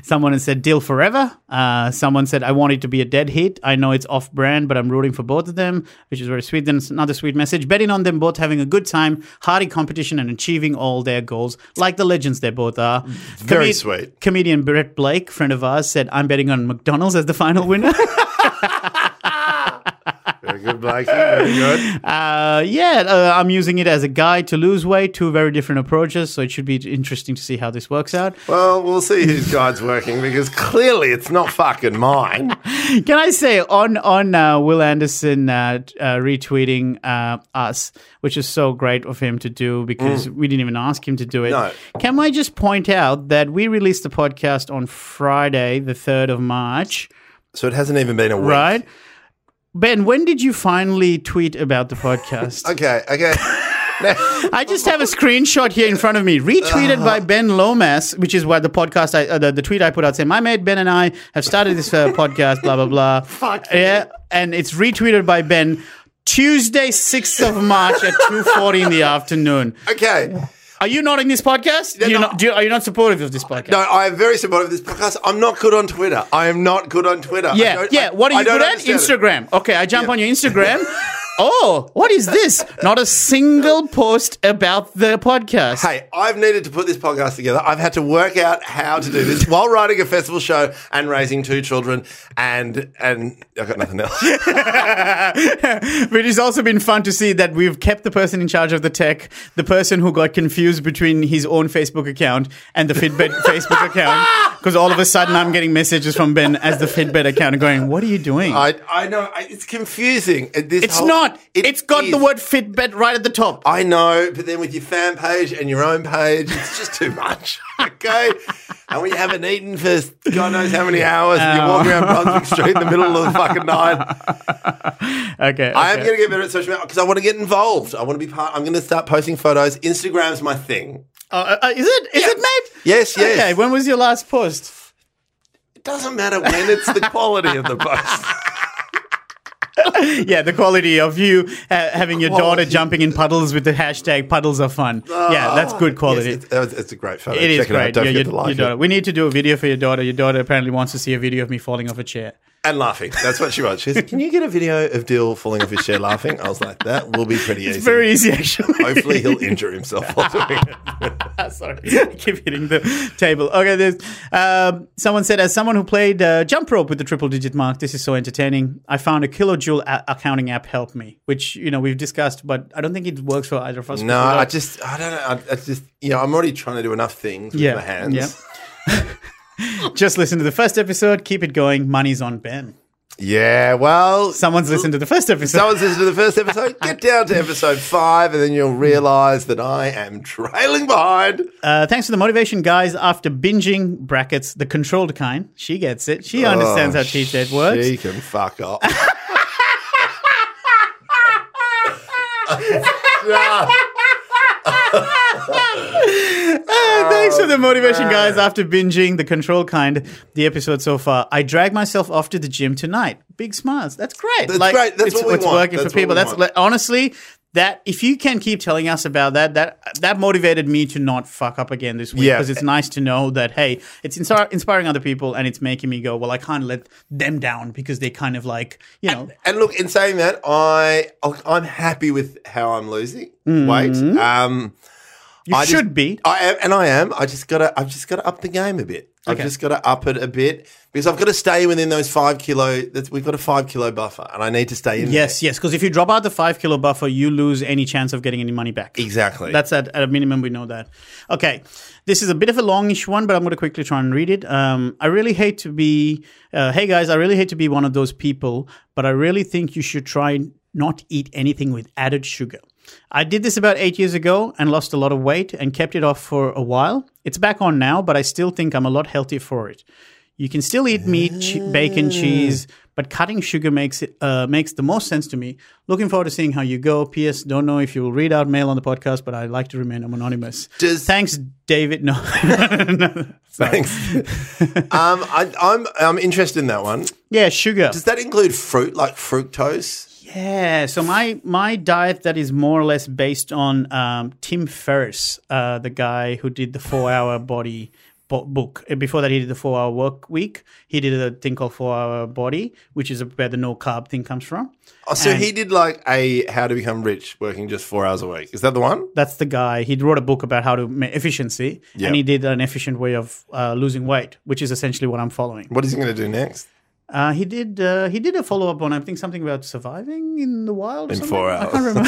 Speaker 3: Someone has said deal forever. Uh, someone said I want it to be a dead hit. I know it's off brand, but I'm rooting for both of them, which is very sweet. Then it's another sweet message. Betting on them both having a good time, hearty competition, and achieving all their goals, like the legends they both are.
Speaker 2: Very sweet.
Speaker 3: Comedian Brett Blake, friend of ours, said I'm betting on McDonald's as the final winner.
Speaker 2: Very good, Blake. Very good.
Speaker 3: Uh, yeah, uh, I'm using it as a guide to lose weight. Two very different approaches, so it should be interesting to see how this works out.
Speaker 2: Well, we'll see whose guide's working because clearly it's not fucking mine.
Speaker 3: Can I say on on uh, Will Anderson uh, t- uh, retweeting uh, us, which is so great of him to do because we didn't even ask him to do it.
Speaker 2: No.
Speaker 3: Can I just point out that we released the podcast on Friday, the third of March,
Speaker 2: So it hasn't even been a week.
Speaker 3: right? Ben, when did you finally tweet about the podcast?
Speaker 2: Okay. Okay. Now-
Speaker 3: I just have a screenshot here in front of me, retweeted
Speaker 2: Uh-huh.
Speaker 3: by Ben Lomas, which is what the podcast, I, uh, the, the tweet I put out saying, "My mate Ben and I have started this uh, podcast." Blah blah blah. Fuck yeah, and it's retweeted by Ben Tuesday, sixth of March at two forty in the afternoon.
Speaker 2: okay.
Speaker 3: Are you not in this podcast? Do you
Speaker 2: no.
Speaker 3: not, do you, are you not supportive of this podcast?
Speaker 2: No, I am very supportive of this podcast. I'm not good on Twitter. I am not good on Twitter. I
Speaker 3: Yeah,
Speaker 2: don't-
Speaker 3: yeah.
Speaker 2: I-
Speaker 3: What
Speaker 2: I
Speaker 3: are you
Speaker 2: don't
Speaker 3: good at?
Speaker 2: understand it.
Speaker 3: Instagram. Okay, I jump on your Instagram. oh, what is this? Not a single post about the podcast.
Speaker 2: Hey, I've needed to put this podcast together. I've had to work out how to do this while writing a festival show and raising two children, and and I've got nothing else.
Speaker 3: But it's also been fun to see that we've kept the person in charge of the tech, the person who got confused between his own Facebook account and the Fitbit Facebook account. Because all of a sudden I'm getting messages from Ben as the Fitbit account and going, What are you doing?
Speaker 2: I I know I- it's confusing. Uh, This
Speaker 3: it's
Speaker 2: whole-
Speaker 3: not.
Speaker 2: it
Speaker 3: it's got the
Speaker 2: is.
Speaker 3: word Fitbit right at the top.
Speaker 2: I know, but then with your fan page and your own page, it's just too much. Okay. And when you haven't eaten for God knows how many hours, and you walk around Brunswick Street in the middle of the fucking night.
Speaker 3: Okay.
Speaker 2: I am
Speaker 3: okay.
Speaker 2: going to get better at social media because I want to get involved. I want to be part. I'm going to start posting photos. Instagram's my thing.
Speaker 3: Uh, uh, is it? Is it, mate?
Speaker 2: Yes, yes.
Speaker 3: Okay, when was your last post?
Speaker 2: It doesn't matter when. It's the quality of the post.
Speaker 3: Yeah, the quality of you uh, having your daughter
Speaker 2: Quality.
Speaker 3: jumping in puddles with the hashtag puddles are fun. yeah, that's good quality.
Speaker 2: Yes, it's, that was- it's a great photo.
Speaker 3: It is
Speaker 2: Check it
Speaker 3: great.
Speaker 2: out. Don't
Speaker 3: Yeah,
Speaker 2: forget
Speaker 3: your,
Speaker 2: to like
Speaker 3: your daughter.
Speaker 2: it.
Speaker 3: We need to do a video for your daughter. Your daughter apparently wants to see a video of me falling off a chair.
Speaker 2: and laughing. That's what she wants. She says, Can you get a video of Dill falling off his chair laughing? I was like, That will be pretty easy.
Speaker 3: It's very easy, actually. Ah,
Speaker 2: Hopefully, he'll injure himself while doing it.
Speaker 3: Sorry, I keep hitting the table. Okay, there's um, someone said as someone who played uh, jump rope with the triple digit mark, this is so entertaining. I found a kilojoule a- accounting app help me, which you know we've discussed, but I don't think it works for either of us.
Speaker 2: No, I just, I don't know. I, I just, you know, I'm already trying to do enough things with
Speaker 3: Yeah,
Speaker 2: my hands.
Speaker 3: yeah. just listen to the first episode. Keep it going. Money's on Ben.
Speaker 2: Yeah, well,
Speaker 3: Someone's listened to the first episode.
Speaker 2: someone's listened to the first episode. Get down to episode five, and then you'll realize that I am trailing behind.
Speaker 3: Uh, thanks for the motivation, guys. After binging brackets, the controlled kind, she gets it. She understands how cheat dead works.
Speaker 2: Oh, She can fuck off.
Speaker 3: Ah, thanks for the
Speaker 2: Oh,
Speaker 3: motivation, guys. After binging the control kind, the episode so far, I drag myself off to the gym tonight. Big smiles. That's great.
Speaker 2: That's great. That's
Speaker 3: it's,
Speaker 2: what we
Speaker 3: it's
Speaker 2: want.
Speaker 3: working
Speaker 2: That's
Speaker 3: for
Speaker 2: what
Speaker 3: people.
Speaker 2: we
Speaker 3: That's
Speaker 2: want.
Speaker 3: like, honestly that if you can keep telling us about that, that that motivated me to not fuck up again this week
Speaker 2: Yeah.
Speaker 3: because it's nice to know that hey, it's inspi- inspiring other people and it's making me go, well, I can't let them down because they kind of like you know.
Speaker 2: And look, in saying that, I I'm happy with how I'm losing weight. Um,
Speaker 3: Mm-hmm. You
Speaker 2: I just-
Speaker 3: should be.
Speaker 2: I am, and I am. I just gotta. I've just gotta up the game a bit. I've
Speaker 3: Okay.
Speaker 2: just gotta up it a bit because I've got to stay within those five kilo. That's, we've got a five kilo buffer, and I need to stay in.
Speaker 3: Yes, yes. Because if you drop out the five kilo buffer, you lose any chance of getting any money back.
Speaker 2: there. exactly.
Speaker 3: That's at, at a minimum, we know that. Okay. This is a bit of a longish one, but I'm going to quickly try and read it. Um, I really hate to be, uh, hey guys, I really hate to be one of those people, but I really think you should try not eat anything with added sugar. I did this about eight years ago and lost a lot of weight and kept it off for a while. It's back on now, but I still think I'm a lot healthier for it. You can still eat meat, che-
Speaker 2: Ah.
Speaker 3: bacon, cheese, but cutting sugar makes it uh, makes the most sense to me. Looking forward to seeing how you go. P.S. Don't know if you will read out mail on the podcast, but I'd like to remain anonymous.
Speaker 2: Does-
Speaker 3: Thanks, David. No, No. Sorry.
Speaker 2: Thanks. um, I, I'm I'm interested in that one.
Speaker 3: yeah, sugar.
Speaker 2: Does that include fruit like fructose?
Speaker 3: Yeah, so my my diet that is more or less based on um, Tim Ferriss, uh, the guy who did the four hour body bo- book. Uh, Before that, he did the four hour work week. He did a thing called four hour body, which is where the no carb thing comes from.
Speaker 2: Oh, so
Speaker 3: And-
Speaker 2: he did like a how to become rich working just four hours a week. Is that the one?
Speaker 3: That's the guy. He wrote a book about how to make efficiency,
Speaker 2: Yeah.
Speaker 3: and he did an efficient way of uh, losing weight, which is essentially what I'm following.
Speaker 2: What is he going to do next?
Speaker 3: Uh, he did uh, he did a follow up on I think something about surviving in the wild. Or
Speaker 2: In
Speaker 3: something.
Speaker 2: four
Speaker 3: I can't remember.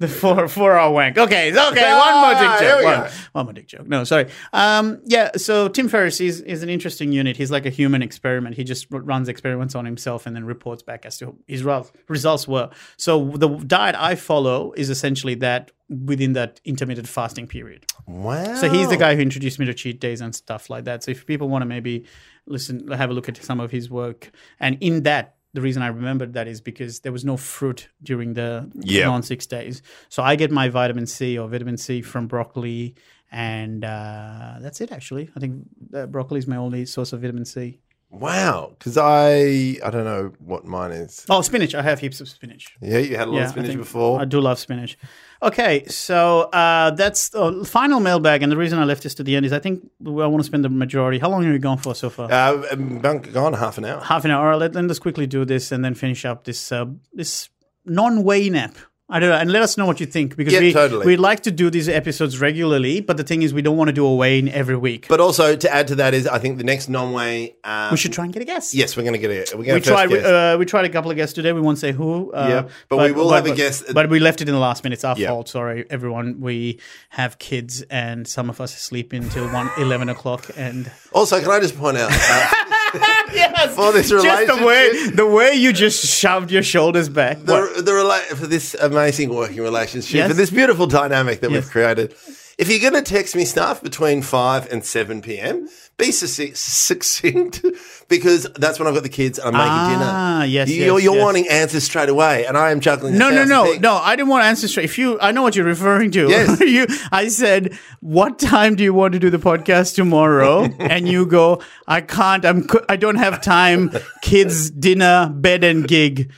Speaker 3: the four four hour wank. Okay, it's okay. One more
Speaker 2: Ah,
Speaker 3: dick
Speaker 2: here we
Speaker 3: joke.
Speaker 2: go.
Speaker 3: One, one more dick joke. No, sorry. Um, yeah. So Tim Ferriss is, is an interesting unit. He's like a human experiment. He just r- runs experiments on himself and then reports back as to his ru- results were. So the diet I follow is essentially that within that intermittent fasting period.
Speaker 2: Wow.
Speaker 3: So he's the guy who introduced me to cheat days and stuff like that. So if people want to maybe listen, have a look at some of his work, and in that, the reason I remembered that is because there was no fruit during the
Speaker 2: Yeah.
Speaker 3: non six days. So I get my vitamin C or vitamin C from broccoli, and uh, that's it. Actually, I think uh, broccoli is my only source of vitamin C.
Speaker 2: Wow. Because I I don't know what mine is.
Speaker 3: Oh, spinach! I have heaps of spinach.
Speaker 2: Yeah, you had a lot
Speaker 3: Yeah,
Speaker 2: of
Speaker 3: I
Speaker 2: spinach
Speaker 3: think-
Speaker 2: before.
Speaker 3: I do love spinach. Okay, so uh, that's the final mailbag, and the reason I left this to the end is I think I want to spend the majority. How long are we gone for so far?
Speaker 2: Uh, um, gone- gone half an hour.
Speaker 3: half an hour. Let, let us quickly do this and then finish up this uh, this non Wayne app. I don't know, and let us know what you think because
Speaker 2: Yeah,
Speaker 3: we
Speaker 2: totally.
Speaker 3: we like to do these episodes regularly, but the thing is we don't want to do a Wayne every week.
Speaker 2: But also to add to that is I think the next non-way. Um,
Speaker 3: we should try and get a guest.
Speaker 2: Yes, we're going to get a. We're going
Speaker 3: we
Speaker 2: to try.
Speaker 3: tried uh, we tried a couple of guests today. We won't say who. Uh,
Speaker 2: Yeah, but we will have a guest-
Speaker 3: But we left it in the last minute. It's our
Speaker 2: Yeah.
Speaker 3: fault. Sorry, everyone. We have kids, and some of us sleep until one eleven o'clock, and.
Speaker 2: also, can I just point out? Uh,
Speaker 3: Yes,
Speaker 2: For this
Speaker 3: just the way
Speaker 2: relationship.
Speaker 3: the way you just shoved your shoulders back.
Speaker 2: the,
Speaker 3: What?
Speaker 2: the rela- for this amazing working relationship,
Speaker 3: Yes.
Speaker 2: for this beautiful dynamic that
Speaker 3: Yes.
Speaker 2: we've created. If you're going to text me stuff between 5 and 7 p.m., be succ- succinct because that's when I've got the kids and I'm making
Speaker 3: Ah,
Speaker 2: dinner.
Speaker 3: yes,
Speaker 2: You're,
Speaker 3: yes,
Speaker 2: you're
Speaker 3: yes.
Speaker 2: wanting answers straight away, and I am juggling. a
Speaker 3: No, no,
Speaker 2: thousand
Speaker 3: no,
Speaker 2: things.
Speaker 3: no. I didn't want to answer straight. If you, I know what you're referring to.
Speaker 2: Yes.
Speaker 3: you, I said, "What time do you want to do the podcast tomorrow?" and you go, "I can't. I'm. co- I don't have time. Kids, dinner, bed, and gig."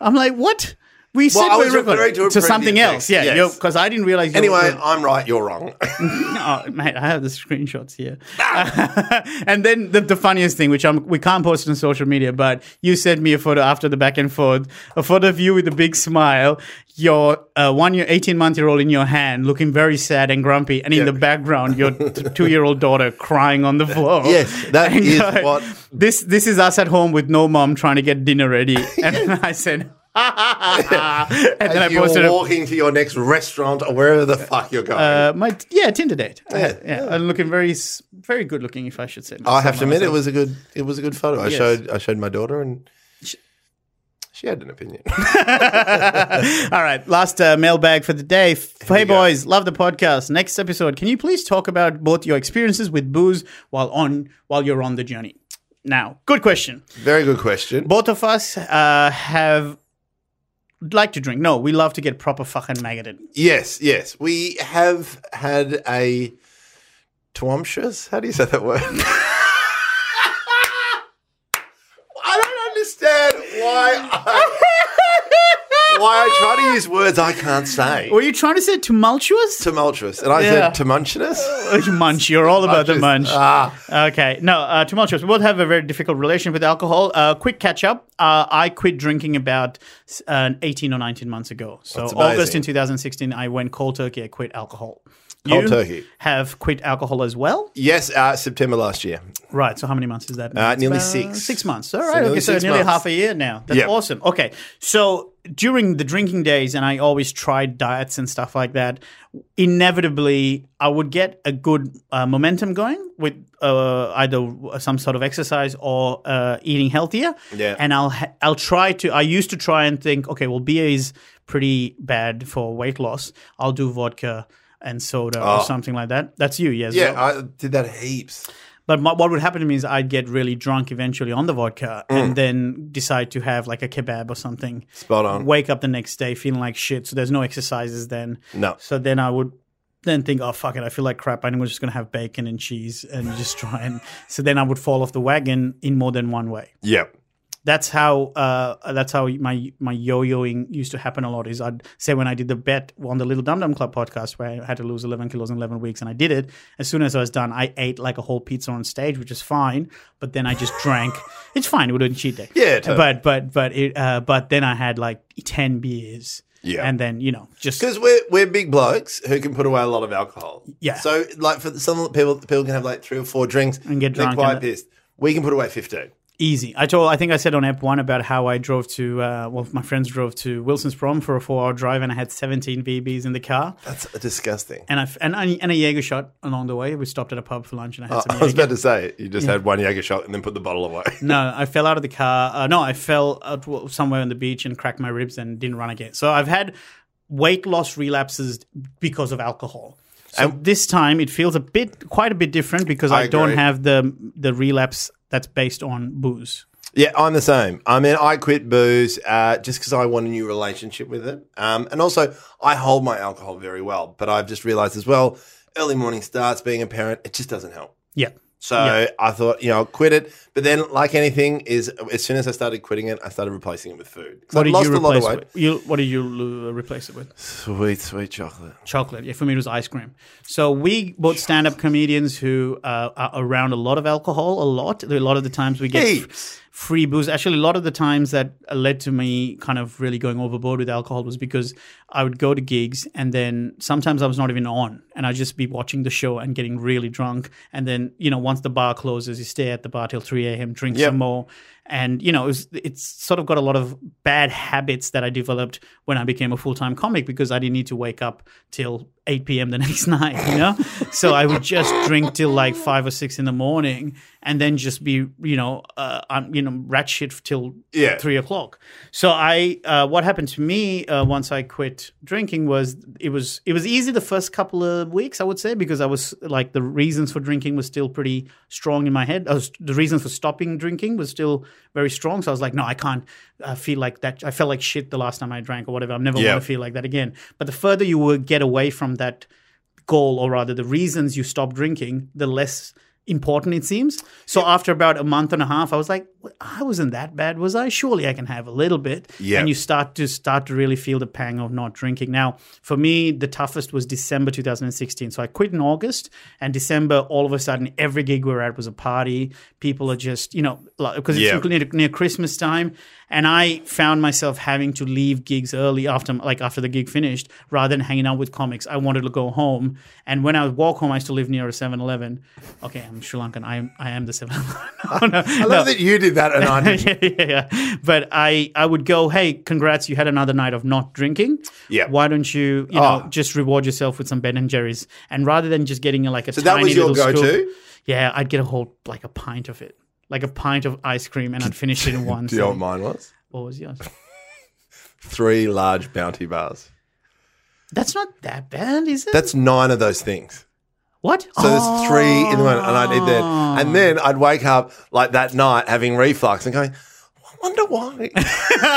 Speaker 3: I'm like, "What? We said
Speaker 2: I
Speaker 3: we
Speaker 2: was
Speaker 3: were
Speaker 2: referring to a
Speaker 3: to something
Speaker 2: previous
Speaker 3: else.
Speaker 2: text,
Speaker 3: Yeah,
Speaker 2: yes.
Speaker 3: because I didn't realize. you
Speaker 2: Anyway,
Speaker 3: were-
Speaker 2: I'm right, you're wrong.
Speaker 3: oh, mate, I have the screenshots here. and then the, the funniest thing, which I'm, we can't post on social media, but you sent me a photo after the back and forth, a photo of you with a big smile, your uh, one year, 18 month year old in your hand, looking very sad and grumpy, and in the background, your two year old daughter crying on the floor.
Speaker 2: Yes, that
Speaker 3: And
Speaker 2: is
Speaker 3: you're-
Speaker 2: what-
Speaker 3: This, this is us at home with no mom trying to get dinner ready. And I said, and then I
Speaker 2: and
Speaker 3: posted
Speaker 2: you're
Speaker 3: a
Speaker 2: walking to your next restaurant or wherever the fuck you're going.
Speaker 3: uh, my yeah Tinder date. I-
Speaker 2: Yeah,
Speaker 3: Yeah, I'm looking very s- very good looking, if I should say.
Speaker 2: I have to admit, it was a good it was a good photo. I
Speaker 3: Yes.
Speaker 2: showed I showed my daughter and she had an opinion.
Speaker 3: All right, last uh, mailbag for the day. F- Hey
Speaker 2: go.
Speaker 3: boys, love the podcast. Next episode, can you please talk about both your experiences with booze while on while you're on the journey? Now, good question.
Speaker 2: Very good question.
Speaker 3: Both of us uh, have like to drink. No, we love to get proper fucking maggoted.
Speaker 2: Yes, yes. We have had a twumptious. How do you say that word? I don't understand why I, why I try to use words I can't say.
Speaker 3: Were you trying to say tumultuous?
Speaker 2: Tumultuous. And I
Speaker 3: Yeah.
Speaker 2: said tumultuous.
Speaker 3: munch. You're all about the
Speaker 2: Tumultuous.
Speaker 3: munch.
Speaker 2: Ah.
Speaker 3: Okay. No, uh, tumultuous. We both have a very difficult relation with alcohol. Uh, quick catch up. Uh, I quit drinking about uh, 18 or 19 months ago. So
Speaker 2: That's amazing.
Speaker 3: August in 2016, I went cold turkey. I quit alcohol.
Speaker 2: Cold
Speaker 3: You
Speaker 2: turkey.
Speaker 3: Have quit alcohol as well,
Speaker 2: Yes, uh, September last year.
Speaker 3: right? So how many months is that?
Speaker 2: Uh,
Speaker 3: It's
Speaker 2: nearly
Speaker 3: about
Speaker 2: six.
Speaker 3: Six months. All right.
Speaker 2: nearly
Speaker 3: okay. So
Speaker 2: six
Speaker 3: nearly
Speaker 2: months.
Speaker 3: half a year now. That's
Speaker 2: Yeah.
Speaker 3: awesome. Okay. So during the drinking days, and I always tried diets and stuff like that. Inevitably, I would get a good uh, momentum going with uh, either some sort of exercise or uh, eating healthier.
Speaker 2: Yeah.
Speaker 3: And I'll ha- I'll try to. I used to try and think, okay, well, beer is pretty bad for weight loss. I'll do vodka. And soda or something like that. That's you, yes.
Speaker 2: Ah. Yeah, I did that heaps.
Speaker 3: But my, what would happen to me is I'd get really drunk eventually on the vodka and then decide to have like a kebab or something.
Speaker 2: Mm. Spot on.
Speaker 3: Wake up the next day feeling like shit. So there's no exercises then.
Speaker 2: No.
Speaker 3: So then I would then think, oh, fuck it. I feel like crap. I'm just going to have bacon and cheese and just try and. So then I would fall off the wagon in more than one way.
Speaker 2: Yep.
Speaker 3: That's how uh, that's how my my yo-yoing used to happen a lot. Is I'd say when I did the bet on the Little Dum Dum Club podcast where I had to lose eleven kilos in eleven weeks, and I did it. As soon as I was done, I ate like a whole pizza on stage, which is fine. But then I just drank. It's fine. It wouldn't cheat day.
Speaker 2: Yeah, totally.
Speaker 3: But but but it uh, but then I had like ten beers.
Speaker 2: Yeah.
Speaker 3: And then you know just
Speaker 2: Because we're we're big blokes who can put away a lot of alcohol.
Speaker 3: Yeah.
Speaker 2: So like for some people, people can have like three or four drinks and
Speaker 3: get drunk
Speaker 2: They're quite
Speaker 3: and-
Speaker 2: pissed. We can put away fifteen.
Speaker 3: easy. I told, I think I said on App One about how I drove to, uh, well, my friends drove to Wilson's Prom for a four-hour drive, and I had seventeen VBs in the car,
Speaker 2: That's disgusting.
Speaker 3: and I f- and, and a Jaeger shot along the way. We stopped at a pub for lunch, and I had some.
Speaker 2: Oh, I was
Speaker 3: Jaeger.
Speaker 2: about to say you just had one Jaeger shot and then put the bottle away.
Speaker 3: No, I fell out of the car. Uh, no, I fell out w- somewhere on the beach and cracked my ribs and didn't run again. So I've had weight loss relapses because of alcohol. So this time it feels a bit, quite a bit different because
Speaker 2: I
Speaker 3: I, don't
Speaker 2: agree.
Speaker 3: have the the relapse that's based on booze.
Speaker 2: yeah, I'm the same. I mean, I quit booze uh, just because I want a new relationship with it, um, and also I hold my alcohol very well. But I've just realised as well, early morning starts, being a parent, it just doesn't help.
Speaker 3: Yeah.
Speaker 2: So
Speaker 3: Yeah.
Speaker 2: I thought, you know, I'll quit it. But then, like anything, is as soon as I started quitting it, I started replacing it with food. 'Cause
Speaker 3: What
Speaker 2: I'd
Speaker 3: did
Speaker 2: lost
Speaker 3: you
Speaker 2: a lot
Speaker 3: replace
Speaker 2: of
Speaker 3: it
Speaker 2: weight.
Speaker 3: with? You, what did you lo- replace it with?
Speaker 2: Sweet, sweet chocolate.
Speaker 3: chocolate. Yeah, for me, it was ice cream. So we both stand-up comedians who uh, are around a lot of alcohol. A lot. A lot of the times we get f-
Speaker 2: Heaps.
Speaker 3: free booze. Actually, a lot of the times that uh, led to me kind of really going overboard with alcohol was because I would go to gigs and then sometimes I was not even on, and I'd just be watching the show and getting really drunk. And then you know, once the bar closes, you stay at the bar till three a.m., drink
Speaker 2: Yep.
Speaker 3: some more. And you know, it was, it's sort of got a lot of bad habits that I developed when I became a full time comic because I didn't need to wake up till eight p.m. the next night. You know, so I would just drink till like five or six in the morning, and then just be you know, uh, I'm you know, rat shit till
Speaker 2: Yeah.
Speaker 3: three o'clock. So I, uh, what happened to me uh, once I quit drinking was it was it was easy the first couple of weeks I would say because I was like the reasons for drinking was still pretty strong in my head. I was, the reasons for stopping drinking was still very strong. So I was like, no, I can't uh, feel like that. I felt like shit the last time I drank or whatever. I'm never
Speaker 2: Yeah.
Speaker 3: want to feel like that again. But the further you will get away from that goal, or rather the reasons you stop drinking, the less important it seems. So after about a month and a half, I was like, "Well, I wasn't that bad, was I? Surely I can have a little bit.
Speaker 2: Yeah.
Speaker 3: And you start to start to really feel the pang of not drinking. Now, for me, the toughest was December 2016. So I quit in August, and December, all of a sudden, every gig we were at was a party. People are just, you know, because it's
Speaker 2: Yeah.
Speaker 3: including near, near Christmas time, and I found myself having to leave gigs early after like after the gig finished, rather than hanging out with comics. I wanted to go home, and when I would walk home, I used to live near a 7-Eleven. Okay, I'm Sri Lankan. I am I am the 7-Eleven. no, no,
Speaker 2: I love that you did that and I didn't.
Speaker 3: yeah, yeah, yeah. But I, I would go, hey, congrats, you had another night of not drinking.
Speaker 2: Yeah.
Speaker 3: Why don't you, you
Speaker 2: Oh.
Speaker 3: know, just reward yourself with some Ben and Jerry's? And rather than just getting like a
Speaker 2: So that
Speaker 3: tiny
Speaker 2: was your
Speaker 3: little scoop-
Speaker 2: go-to?
Speaker 3: yeah, I'd get a whole like a pint of it, like a pint of ice cream, and I'd finish it in one.
Speaker 2: Do you know what
Speaker 3: sitting.
Speaker 2: mine was?
Speaker 3: What was yours?
Speaker 2: Three large bounty bars.
Speaker 3: That's not that bad, is it?
Speaker 2: That's nine of those things.
Speaker 3: what? Ah.
Speaker 2: So there's three in the morning, and I'd eat
Speaker 3: Oh.
Speaker 2: that. And then I'd wake up like that night having reflux and going, I wonder why.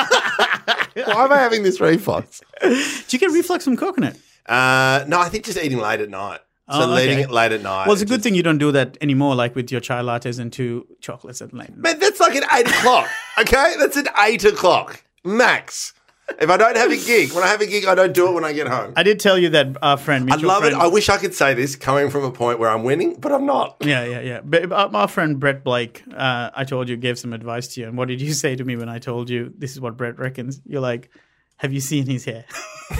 Speaker 2: why am I having this reflux?
Speaker 3: Do you get reflux from coconut?
Speaker 2: Uh, no, I think just eating late at night. So
Speaker 3: Oh,
Speaker 2: eating
Speaker 3: okay.
Speaker 2: it late at night.
Speaker 3: Well, it's a
Speaker 2: Just-
Speaker 3: good thing you don't do that anymore, like with your chai lattes and two chocolates at night.
Speaker 2: Man, that's like at eight o'clock. Okay, that's at eight o'clock max. If I don't have a gig, when I have a gig, I don't do it when I get home. I,
Speaker 3: I did tell you that our friend. mutual
Speaker 2: love it.
Speaker 3: friend-
Speaker 2: I wish I could say this coming from a point where I'm winning, but I'm not.
Speaker 3: Yeah, yeah, yeah. But uh, my friend Brett Blake, uh, I told you, gave some advice to you. And what did you say to me when I told you this is what Brett reckons? You're like, have you seen his hair?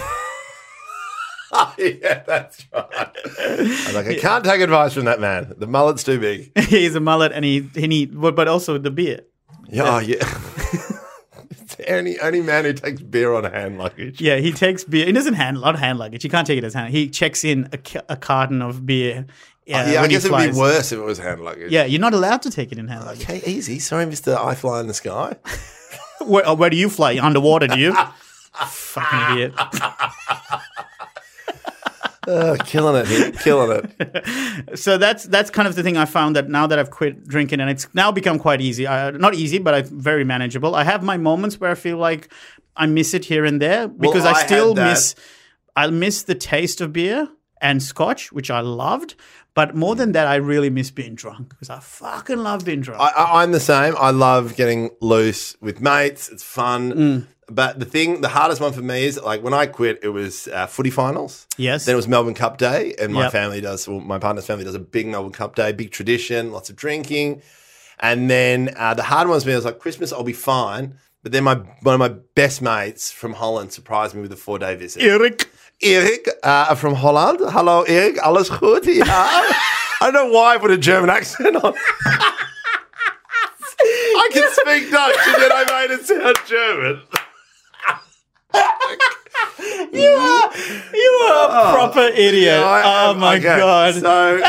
Speaker 2: yeah, that's right. I'm like, I can't take advice from that man. The mullet's too big.
Speaker 3: He's a mullet, and he, and he, but but also the beard.
Speaker 2: Yeah, oh, yeah. it's the only only man who takes beer on hand luggage.
Speaker 3: Yeah, he takes beer. He doesn't hand, not hand luggage. He can't take it as hand. He checks in a, ca- a carton of beer. Uh,
Speaker 2: Oh, Yeah, I
Speaker 3: when he
Speaker 2: guess it would be Oh,
Speaker 3: flies.
Speaker 2: worse if it was hand luggage.
Speaker 3: Yeah, you're not allowed to take it in hand luggage.
Speaker 2: Okay, easy. Sorry, Mister. I fly in the sky.
Speaker 3: Where, uh, where do you fly? Underwater, do you? Fucking idiot.
Speaker 2: Oh, killing it, here. killing it.
Speaker 3: so that's that's kind of the thing I found that now that I've quit drinking and it's now become quite easy. I, not easy, but I very manageable. I have my moments where I feel like I miss it here and there because
Speaker 2: I
Speaker 3: I
Speaker 2: had
Speaker 3: still
Speaker 2: that.
Speaker 3: miss I miss the taste of beer and scotch, which I loved. But more than that, I really miss being drunk because I fucking love being drunk.
Speaker 2: I, I, I'm the same. I love getting loose with mates. It's fun.
Speaker 3: Mm.
Speaker 2: But the thing, the hardest one for me is like when I quit, it was uh, footy finals.
Speaker 3: Yes.
Speaker 2: Then it was Melbourne Cup Day, and my
Speaker 3: Yep.
Speaker 2: family does, well, my partner's family does a big Melbourne Cup Day, big tradition, lots of drinking. And then uh, the hard ones for me was like Christmas, I'll be fine. But then my one of my best mates from Holland surprised me with a four day visit.
Speaker 3: Eric.
Speaker 2: Erik uh, from Holland. Hello, Erik. Alles goed? Yeah. I don't know why I put a German accent on. I can speak Dutch, and then I made it sound German.
Speaker 3: You are, you are a proper idiot.
Speaker 2: Oh, I
Speaker 3: oh
Speaker 2: am-
Speaker 3: my
Speaker 2: okay,
Speaker 3: God.
Speaker 2: So,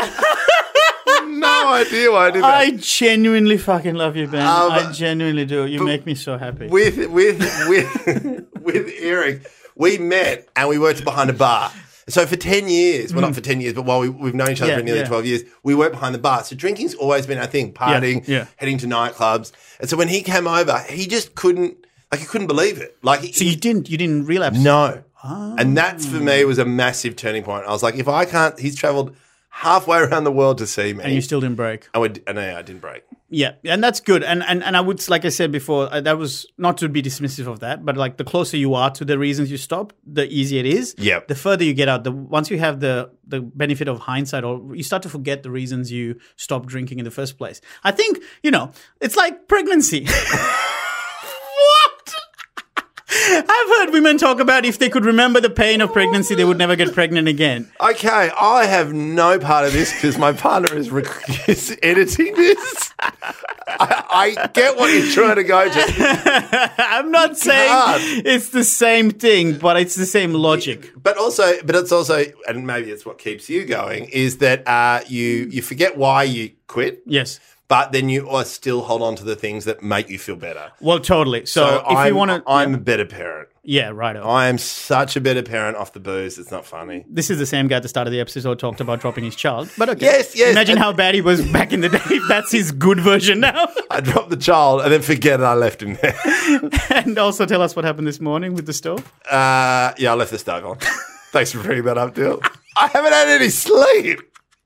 Speaker 2: no idea why I did that.
Speaker 3: I genuinely fucking love you, Ben.
Speaker 2: Um,
Speaker 3: I genuinely do. You make me so happy.
Speaker 2: with with with with Eric, we met and we worked behind a bar. So for ten years, well, not for ten years, but while we, we've known each other
Speaker 3: Yeah,
Speaker 2: for nearly
Speaker 3: yeah.
Speaker 2: twelve years, we worked behind the bar. So drinking's always been our thing, partying,
Speaker 3: yeah.
Speaker 2: heading to nightclubs. And so when he came over, he just couldn't, like, he couldn't believe it. Like, he,
Speaker 3: so you Ah. didn't you didn't relapse?
Speaker 2: no. And that's for me was a massive turning point. I was like, if I can't, he's travelled halfway around the world to see me,
Speaker 3: and you still didn't break.
Speaker 2: I would, and I, I didn't break.
Speaker 3: Yeah, and that's good. And and and I would like I said before, uh, that was not to be dismissive of that, but like the closer you are to the reasons you stop, the easier it is.
Speaker 2: Yeah.
Speaker 3: The further you get out, the once you have the the benefit of hindsight, or you start to forget the reasons you stopped drinking in the first place. I think you know it's like pregnancy. what? I've heard women talk about if they could remember the pain of pregnancy, they would never get pregnant again.
Speaker 2: Okay, I have no part of this because my partner is, rec- is editing this. I, I get what you're trying to go to,
Speaker 3: I'm not saying
Speaker 2: can't.
Speaker 3: it's the same thing, but it's the same logic.
Speaker 2: but also, but it's also, and maybe it's what keeps you going is that uh, you you forget why you quit,
Speaker 3: Yes.
Speaker 2: but then you are still hold on to the things that make you feel better.
Speaker 3: Well, totally. So,
Speaker 2: So
Speaker 3: if
Speaker 2: I'm,
Speaker 3: you want to,
Speaker 2: I'm a better parent.
Speaker 3: yeah, right.
Speaker 2: I am such a better parent off the booze. It's not funny.
Speaker 3: This is the same guy at the start of the episode talked about dropping his child. But okay.
Speaker 2: Yes, yes.
Speaker 3: Imagine
Speaker 2: And-
Speaker 3: how bad he was back in the day. if That's his good version now.
Speaker 2: I dropped the child and then forget I left him there.
Speaker 3: and also tell us what happened this morning with the stove.
Speaker 2: Uh, yeah, I left the stove on. Thanks for bringing that up, Dill. I haven't had any sleep.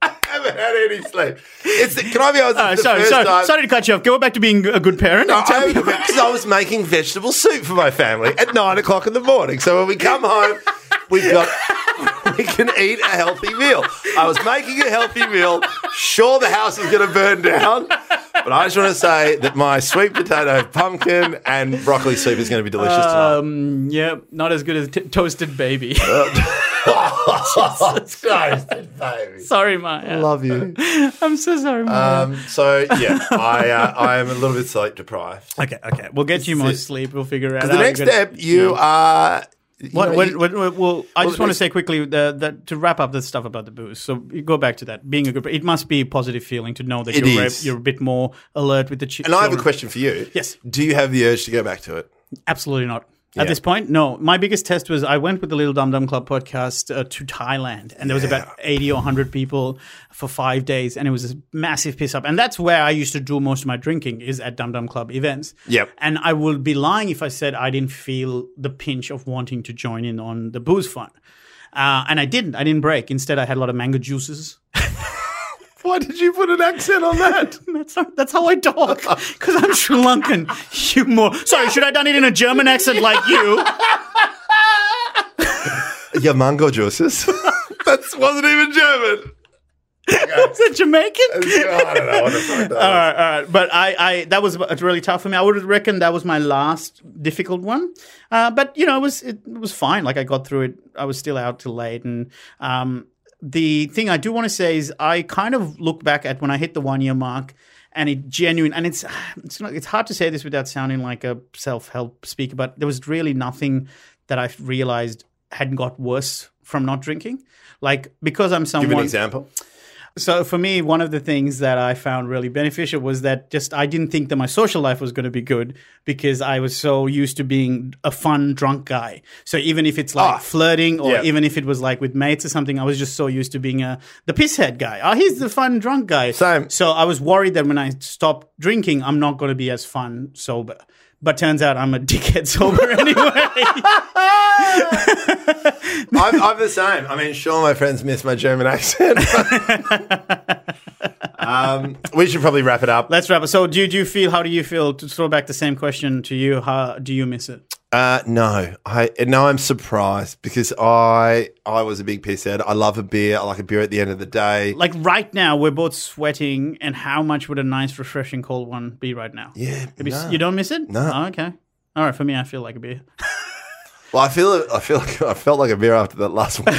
Speaker 2: I haven't haven't had any sleep. It's the, can I be honest?
Speaker 3: Uh,
Speaker 2: it's the
Speaker 3: sorry,
Speaker 2: first
Speaker 3: sorry,
Speaker 2: time-
Speaker 3: sorry to cut you off. Go back to being a good parent.
Speaker 2: No,
Speaker 3: and tell me about-
Speaker 2: because I was making vegetable soup for my family at nine o'clock in the morning. So when we come home, we've got we can eat a healthy meal. I was making a healthy meal. Sure, the house is going to burn down, but I just want to say that my sweet potato, pumpkin, and broccoli soup is going to be delicious tonight.
Speaker 3: um, yeah, not as good as t- toasted baby.
Speaker 2: Oh, Jesus Christ, baby.
Speaker 3: sorry, Maya.
Speaker 2: Love you.
Speaker 3: I'm so sorry, Maya.
Speaker 2: Um, so yeah, I uh, I am a little bit sleep deprived.
Speaker 3: okay, okay. We'll get you
Speaker 2: is
Speaker 3: more
Speaker 2: it.
Speaker 3: sleep. We'll figure out.
Speaker 2: The
Speaker 3: how
Speaker 2: next
Speaker 3: to get-
Speaker 2: step, you are. you
Speaker 3: What,
Speaker 2: know,
Speaker 3: what,
Speaker 2: you-
Speaker 3: what, what- well, I just
Speaker 2: the
Speaker 3: want to
Speaker 2: next-
Speaker 3: say quickly that, that to wrap up the stuff about the booze. So you go back to that being a good. It must be a positive feeling to know that
Speaker 2: It
Speaker 3: you're a,
Speaker 2: is.
Speaker 3: you're a bit more alert with the. Ch-
Speaker 2: And I have a
Speaker 3: children.
Speaker 2: question for you.
Speaker 3: Yes.
Speaker 2: Do you have the urge to go back to it?
Speaker 3: Absolutely not.
Speaker 2: Yeah.
Speaker 3: At this point, no. My biggest test was I went with the Little Dum Dum Club podcast uh, to Thailand, and there was about 80 or 100 people for five days, and it was a massive piss up. And that's where I used to do most of my drinking, is at Dum Dum Club events.
Speaker 2: Yep.
Speaker 3: And I would be lying if I said I didn't feel the pinch of wanting to join in on the booze fun. Uh, and I didn't. I didn't break. Instead, I had a lot of mango juices.
Speaker 2: Why did you put an accent on that?
Speaker 3: That's how, that's how I talk because I'm Sri Lankan. You more sorry. Should I done it in a German accent like you?
Speaker 2: Your mango juices. that wasn't even German.
Speaker 3: Is it Jamaican?
Speaker 2: Uh, I don't know. what the fuck that was.
Speaker 3: All right, all right. But I, I that was it's really tough for me. I would reckon that was my last difficult one. Uh, but you know, it was it was fine. Like I got through it. I was still out till late. And um, the thing I do want to say is, I kind of look back at when I hit the one year mark, and it genuine. And it's it's not, it's hard to say this without sounding like a self help speaker, but there was really nothing that I realized hadn't got worse from not drinking. Like because I'm someone.
Speaker 2: Give an example.
Speaker 3: So for me, one of the things that I found really beneficial was that just I didn't think that my social life was going to be good because I was so used to being a fun drunk guy. So even if it's like
Speaker 2: Ah,
Speaker 3: flirting or
Speaker 2: yeah.
Speaker 3: even if it was like with mates or something, I was just so used to being a the pisshead guy. Oh, he's the fun drunk guy.
Speaker 2: Same.
Speaker 3: So I was worried that when I stop drinking, I'm not going to be as fun sober. But turns out I'm a dickhead sober anyway.
Speaker 2: I'm, I'm the same. I mean, sure, my friends miss my German accent. but- um, we should probably wrap it up.
Speaker 3: Let's wrap it. So do you, do you feel? How do you feel? To throw back the same question to you, how do you miss it?
Speaker 2: Uh, no, I no, I'm surprised because I I was a big piss head. I love a beer. I like a beer at the end of the day.
Speaker 3: like right now we're both sweating and how much would a nice refreshing cold one be right now
Speaker 2: Yeah,
Speaker 3: Maybe-
Speaker 2: no.
Speaker 3: you don't miss it
Speaker 2: No.
Speaker 3: oh, okay all right for me i feel like a beer
Speaker 2: Well, I feel I feel like I felt like a beer after that last one.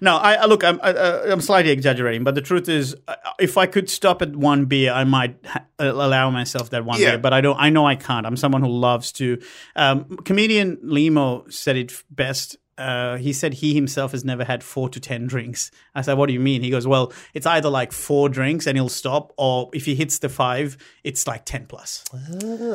Speaker 3: no i I- look i'm I, I- i'm slightly exaggerating but the truth is uh, if i could stop at one beer i might ha- allow myself that one
Speaker 2: Yeah.
Speaker 3: beer but i don't i know i can't i'm someone who loves to um, comedian limo said it f- best uh, he said he himself has never had four to ten drinks. I said, "What do you mean?" He goes, "Well, it's either like four drinks and he'll stop, or if he hits the five, it's like ten plus."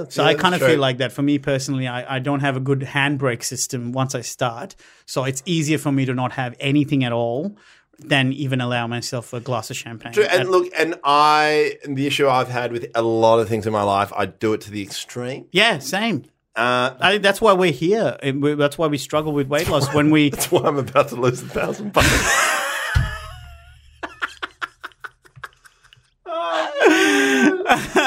Speaker 3: So I kind of feel like that. For me personally, I, I don't have a good handbrake system once I start. So it's easier for me to not have anything at all than even allow myself a glass of champagne.
Speaker 2: True, and
Speaker 3: That-
Speaker 2: look, and I, and the issue I've had with a lot of things in my life, I do it to the extreme.
Speaker 3: yeah, same.
Speaker 2: Uh,
Speaker 3: I think that's why we're here. And we- That's why we struggle with weight loss when we.
Speaker 2: that's why I'm about to lose a thousand bucks.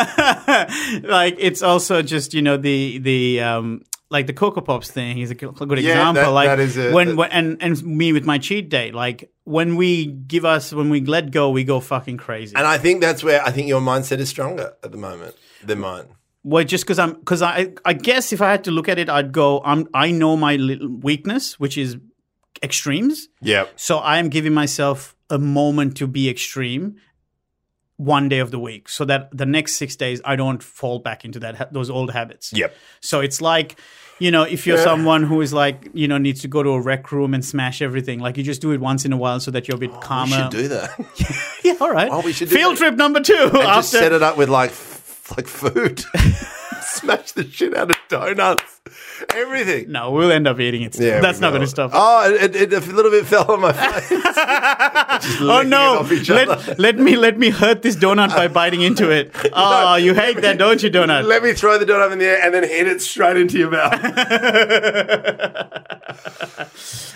Speaker 3: like it's also just you know the the um like the Cocoa Pops thing is a good good
Speaker 2: Yeah,
Speaker 3: example.
Speaker 2: that-
Speaker 3: like
Speaker 2: that is a-
Speaker 3: when,
Speaker 2: that-
Speaker 3: when and and me with my cheat day. Like when we give us when we let go, we go fucking crazy.
Speaker 2: And I think that's where I think your mindset is stronger at the moment than mine.
Speaker 3: Well, just because I'm, because I, I guess if I had to look at it, I'd go. I'm, I know my little weakness, which is extremes.
Speaker 2: Yep.
Speaker 3: So I am giving myself a moment to be extreme, one day of the week, so that the next six days I don't fall back into that ha- those old habits.
Speaker 2: Yep.
Speaker 3: So it's like, you know, if you're
Speaker 2: Yeah.
Speaker 3: someone who is like, you know, needs to go to a rec room and smash everything, like you just do it once in a while, so that you're a bit
Speaker 2: Oh, We
Speaker 3: calmer.
Speaker 2: should do that.
Speaker 3: yeah, all right.
Speaker 2: Oh, we should do
Speaker 3: field
Speaker 2: that.
Speaker 3: trip number two
Speaker 2: And just
Speaker 3: after
Speaker 2: set it up with like f- like food. Smash the shit out of donuts. Everything.
Speaker 3: No, we'll end up eating it. Still.
Speaker 2: Yeah,
Speaker 3: That's
Speaker 2: we
Speaker 3: not
Speaker 2: will.
Speaker 3: going to stop. us.
Speaker 2: Oh, it, it, it a little bit fell on my face.
Speaker 3: oh
Speaker 2: licking it
Speaker 3: no!
Speaker 2: off each other.
Speaker 3: Let, let me let me hurt this donut by biting into it. Oh, you hate that, don't you, donut?
Speaker 2: Let me throw the donut in the air and then hit it straight into your mouth.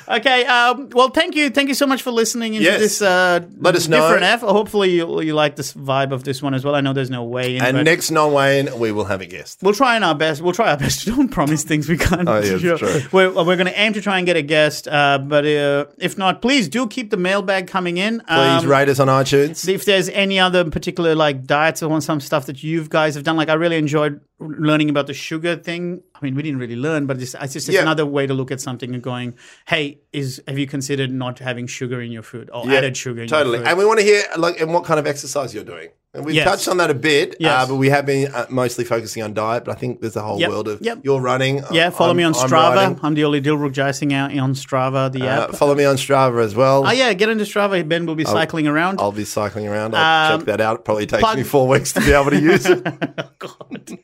Speaker 3: Okay. Um, well, thank you. Thank you so much for listening into
Speaker 2: Yes.
Speaker 3: this. Uh,
Speaker 2: Let us know.
Speaker 3: different F. Hopefully, you, you like this vibe of this one as well. I know there's no way in. but
Speaker 2: And next non Wayne, we will have a guest.
Speaker 3: We'll try our best. We'll try our best. Don't promise things we can't.
Speaker 2: Oh, yeah,
Speaker 3: do.
Speaker 2: that's true.
Speaker 3: We're, we're going to aim to try and get a guest, uh, but uh, if not, please do keep the mailbag coming in. Um,
Speaker 2: Please rate us on iTunes.
Speaker 3: if there's any other particular like diets or some stuff that you guys have done, like I really enjoyed learning about the sugar thing. I mean, we didn't really learn, but it's, it's just
Speaker 2: Yeah.
Speaker 3: another way to look at something and going, "Hey, is have you considered not having sugar in your food or
Speaker 2: Yeah,
Speaker 3: added sugar?" In
Speaker 2: Totally.
Speaker 3: your food?
Speaker 2: And we want to hear like and what kind of exercise you're doing. And we've
Speaker 3: Yes.
Speaker 2: touched on that a bit, uh,
Speaker 3: Yes.
Speaker 2: but we have been uh, mostly focusing on diet. But I think there's a whole
Speaker 3: Yep,
Speaker 2: world of
Speaker 3: yep.
Speaker 2: you're running.
Speaker 3: yeah, follow
Speaker 2: I'm-
Speaker 3: me on
Speaker 2: I'm
Speaker 3: Strava. I'm,
Speaker 2: riding.
Speaker 3: the only Dilruk Jaising out on Strava, the
Speaker 2: Uh,
Speaker 3: app.
Speaker 2: follow me on Strava as well.
Speaker 3: Oh yeah, get into Strava. Ben will be cycling around.
Speaker 2: I'll be cycling around. I'll
Speaker 3: Um,
Speaker 2: check that out. It probably takes
Speaker 3: plug-
Speaker 2: me four weeks to be able to use it.
Speaker 3: God.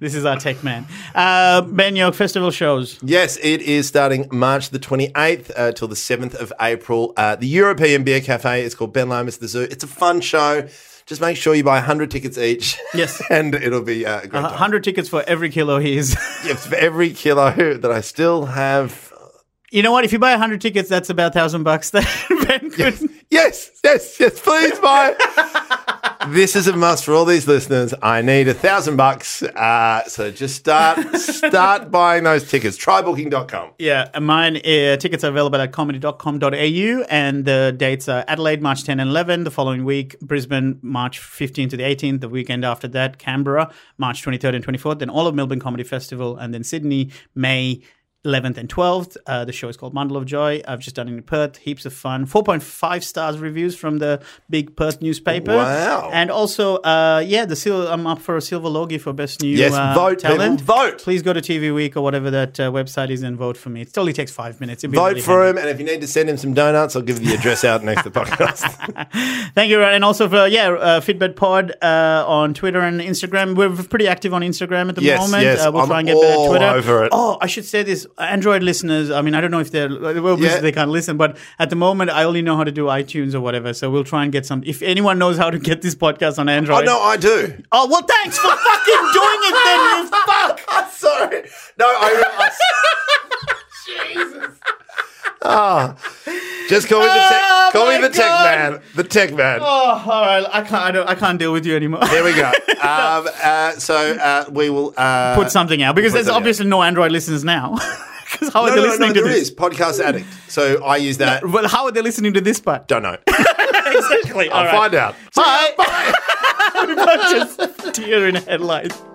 Speaker 3: This is our tech man. Uh, ben York Festival shows.
Speaker 2: Yes, it is starting March the 28th uh, till the 7th of April. Uh, the European Beer Cafe is called Ben Lomas the Zoo. It's a fun show. Just make sure you buy 100 tickets each.
Speaker 3: Yes.
Speaker 2: and it'll be uh, a great
Speaker 3: Uh,
Speaker 2: time.
Speaker 3: 100 tickets for every kilo he is.
Speaker 2: Yes, for every kilo that I still have.
Speaker 3: you know what? If you buy 100 tickets, that's about 1,000 bucks that Ben could.
Speaker 2: Yes, yes, yes, please buy. this is a must for all these listeners. I need a thousand bucks. Uh, So just start start buying those tickets. Trybooking.com.
Speaker 3: Yeah, and mine uh, tickets are available at comedy.com.au and the dates are Adelaide March 10 and 11 the following week, Brisbane March 15 to the 18th, the weekend after that, Canberra March 23rd and 24th, then all of Melbourne Comedy Festival and then Sydney May 11th and 12th. Uh, the show is called Bundle of Joy. I've just done it in Perth, heaps of fun. 4.5 stars reviews from the big Perth newspaper.
Speaker 2: Wow.
Speaker 3: And also uh, yeah, the sil- I'm up for a silver logie for best new
Speaker 2: Yes,
Speaker 3: uh,
Speaker 2: vote, people,
Speaker 3: talent.
Speaker 2: vote.
Speaker 3: Please go to TV Week or whatever that uh, website is and vote for me. It only takes five minutes. It'd be
Speaker 2: Vote
Speaker 3: really
Speaker 2: for
Speaker 3: handy.
Speaker 2: him. And if you need to send him some donuts, I'll give you the address out next to the podcast.
Speaker 3: Thank you, Ryan. and also for yeah, uh, Fitbit Pod uh, on Twitter and Instagram. We're pretty active on Instagram at the
Speaker 2: Yes,
Speaker 3: moment.
Speaker 2: yes.
Speaker 3: Uh, we'll
Speaker 2: I'm
Speaker 3: try and get better at
Speaker 2: all
Speaker 3: Twitter.
Speaker 2: over it.
Speaker 3: Oh, I should say this, Android listeners. I mean, I don't know if they're well,
Speaker 2: Yeah.
Speaker 3: they can't listen, but at the moment, I only know how to do iTunes or whatever. So we'll try and get some. If anyone knows how to get this podcast on Android,
Speaker 2: Oh, no, I do.
Speaker 3: Oh, well, thanks for fucking doing it. Then you fuck.
Speaker 2: I'm sorry. No, I. I Jesus. Ah, just call me the tech.
Speaker 3: Oh,
Speaker 2: call me
Speaker 3: my
Speaker 2: the tech
Speaker 3: God.
Speaker 2: man. The tech man.
Speaker 3: Oh, all right. I can't. I, don't, I can't deal with you anymore.
Speaker 2: There we go. Um, uh, so uh, we will uh,
Speaker 3: put something out because
Speaker 2: Put
Speaker 3: there's
Speaker 2: something out.
Speaker 3: obviously no Android listeners now. Because how are
Speaker 2: No,
Speaker 3: they
Speaker 2: no, no,
Speaker 3: listening
Speaker 2: there
Speaker 3: to this?
Speaker 2: is podcast addict. So I use that.
Speaker 3: Well, how are they listening to this part?
Speaker 2: Don't know.
Speaker 3: exactly.
Speaker 2: I'll find out.
Speaker 3: Bye. Bye. Tear in headlights.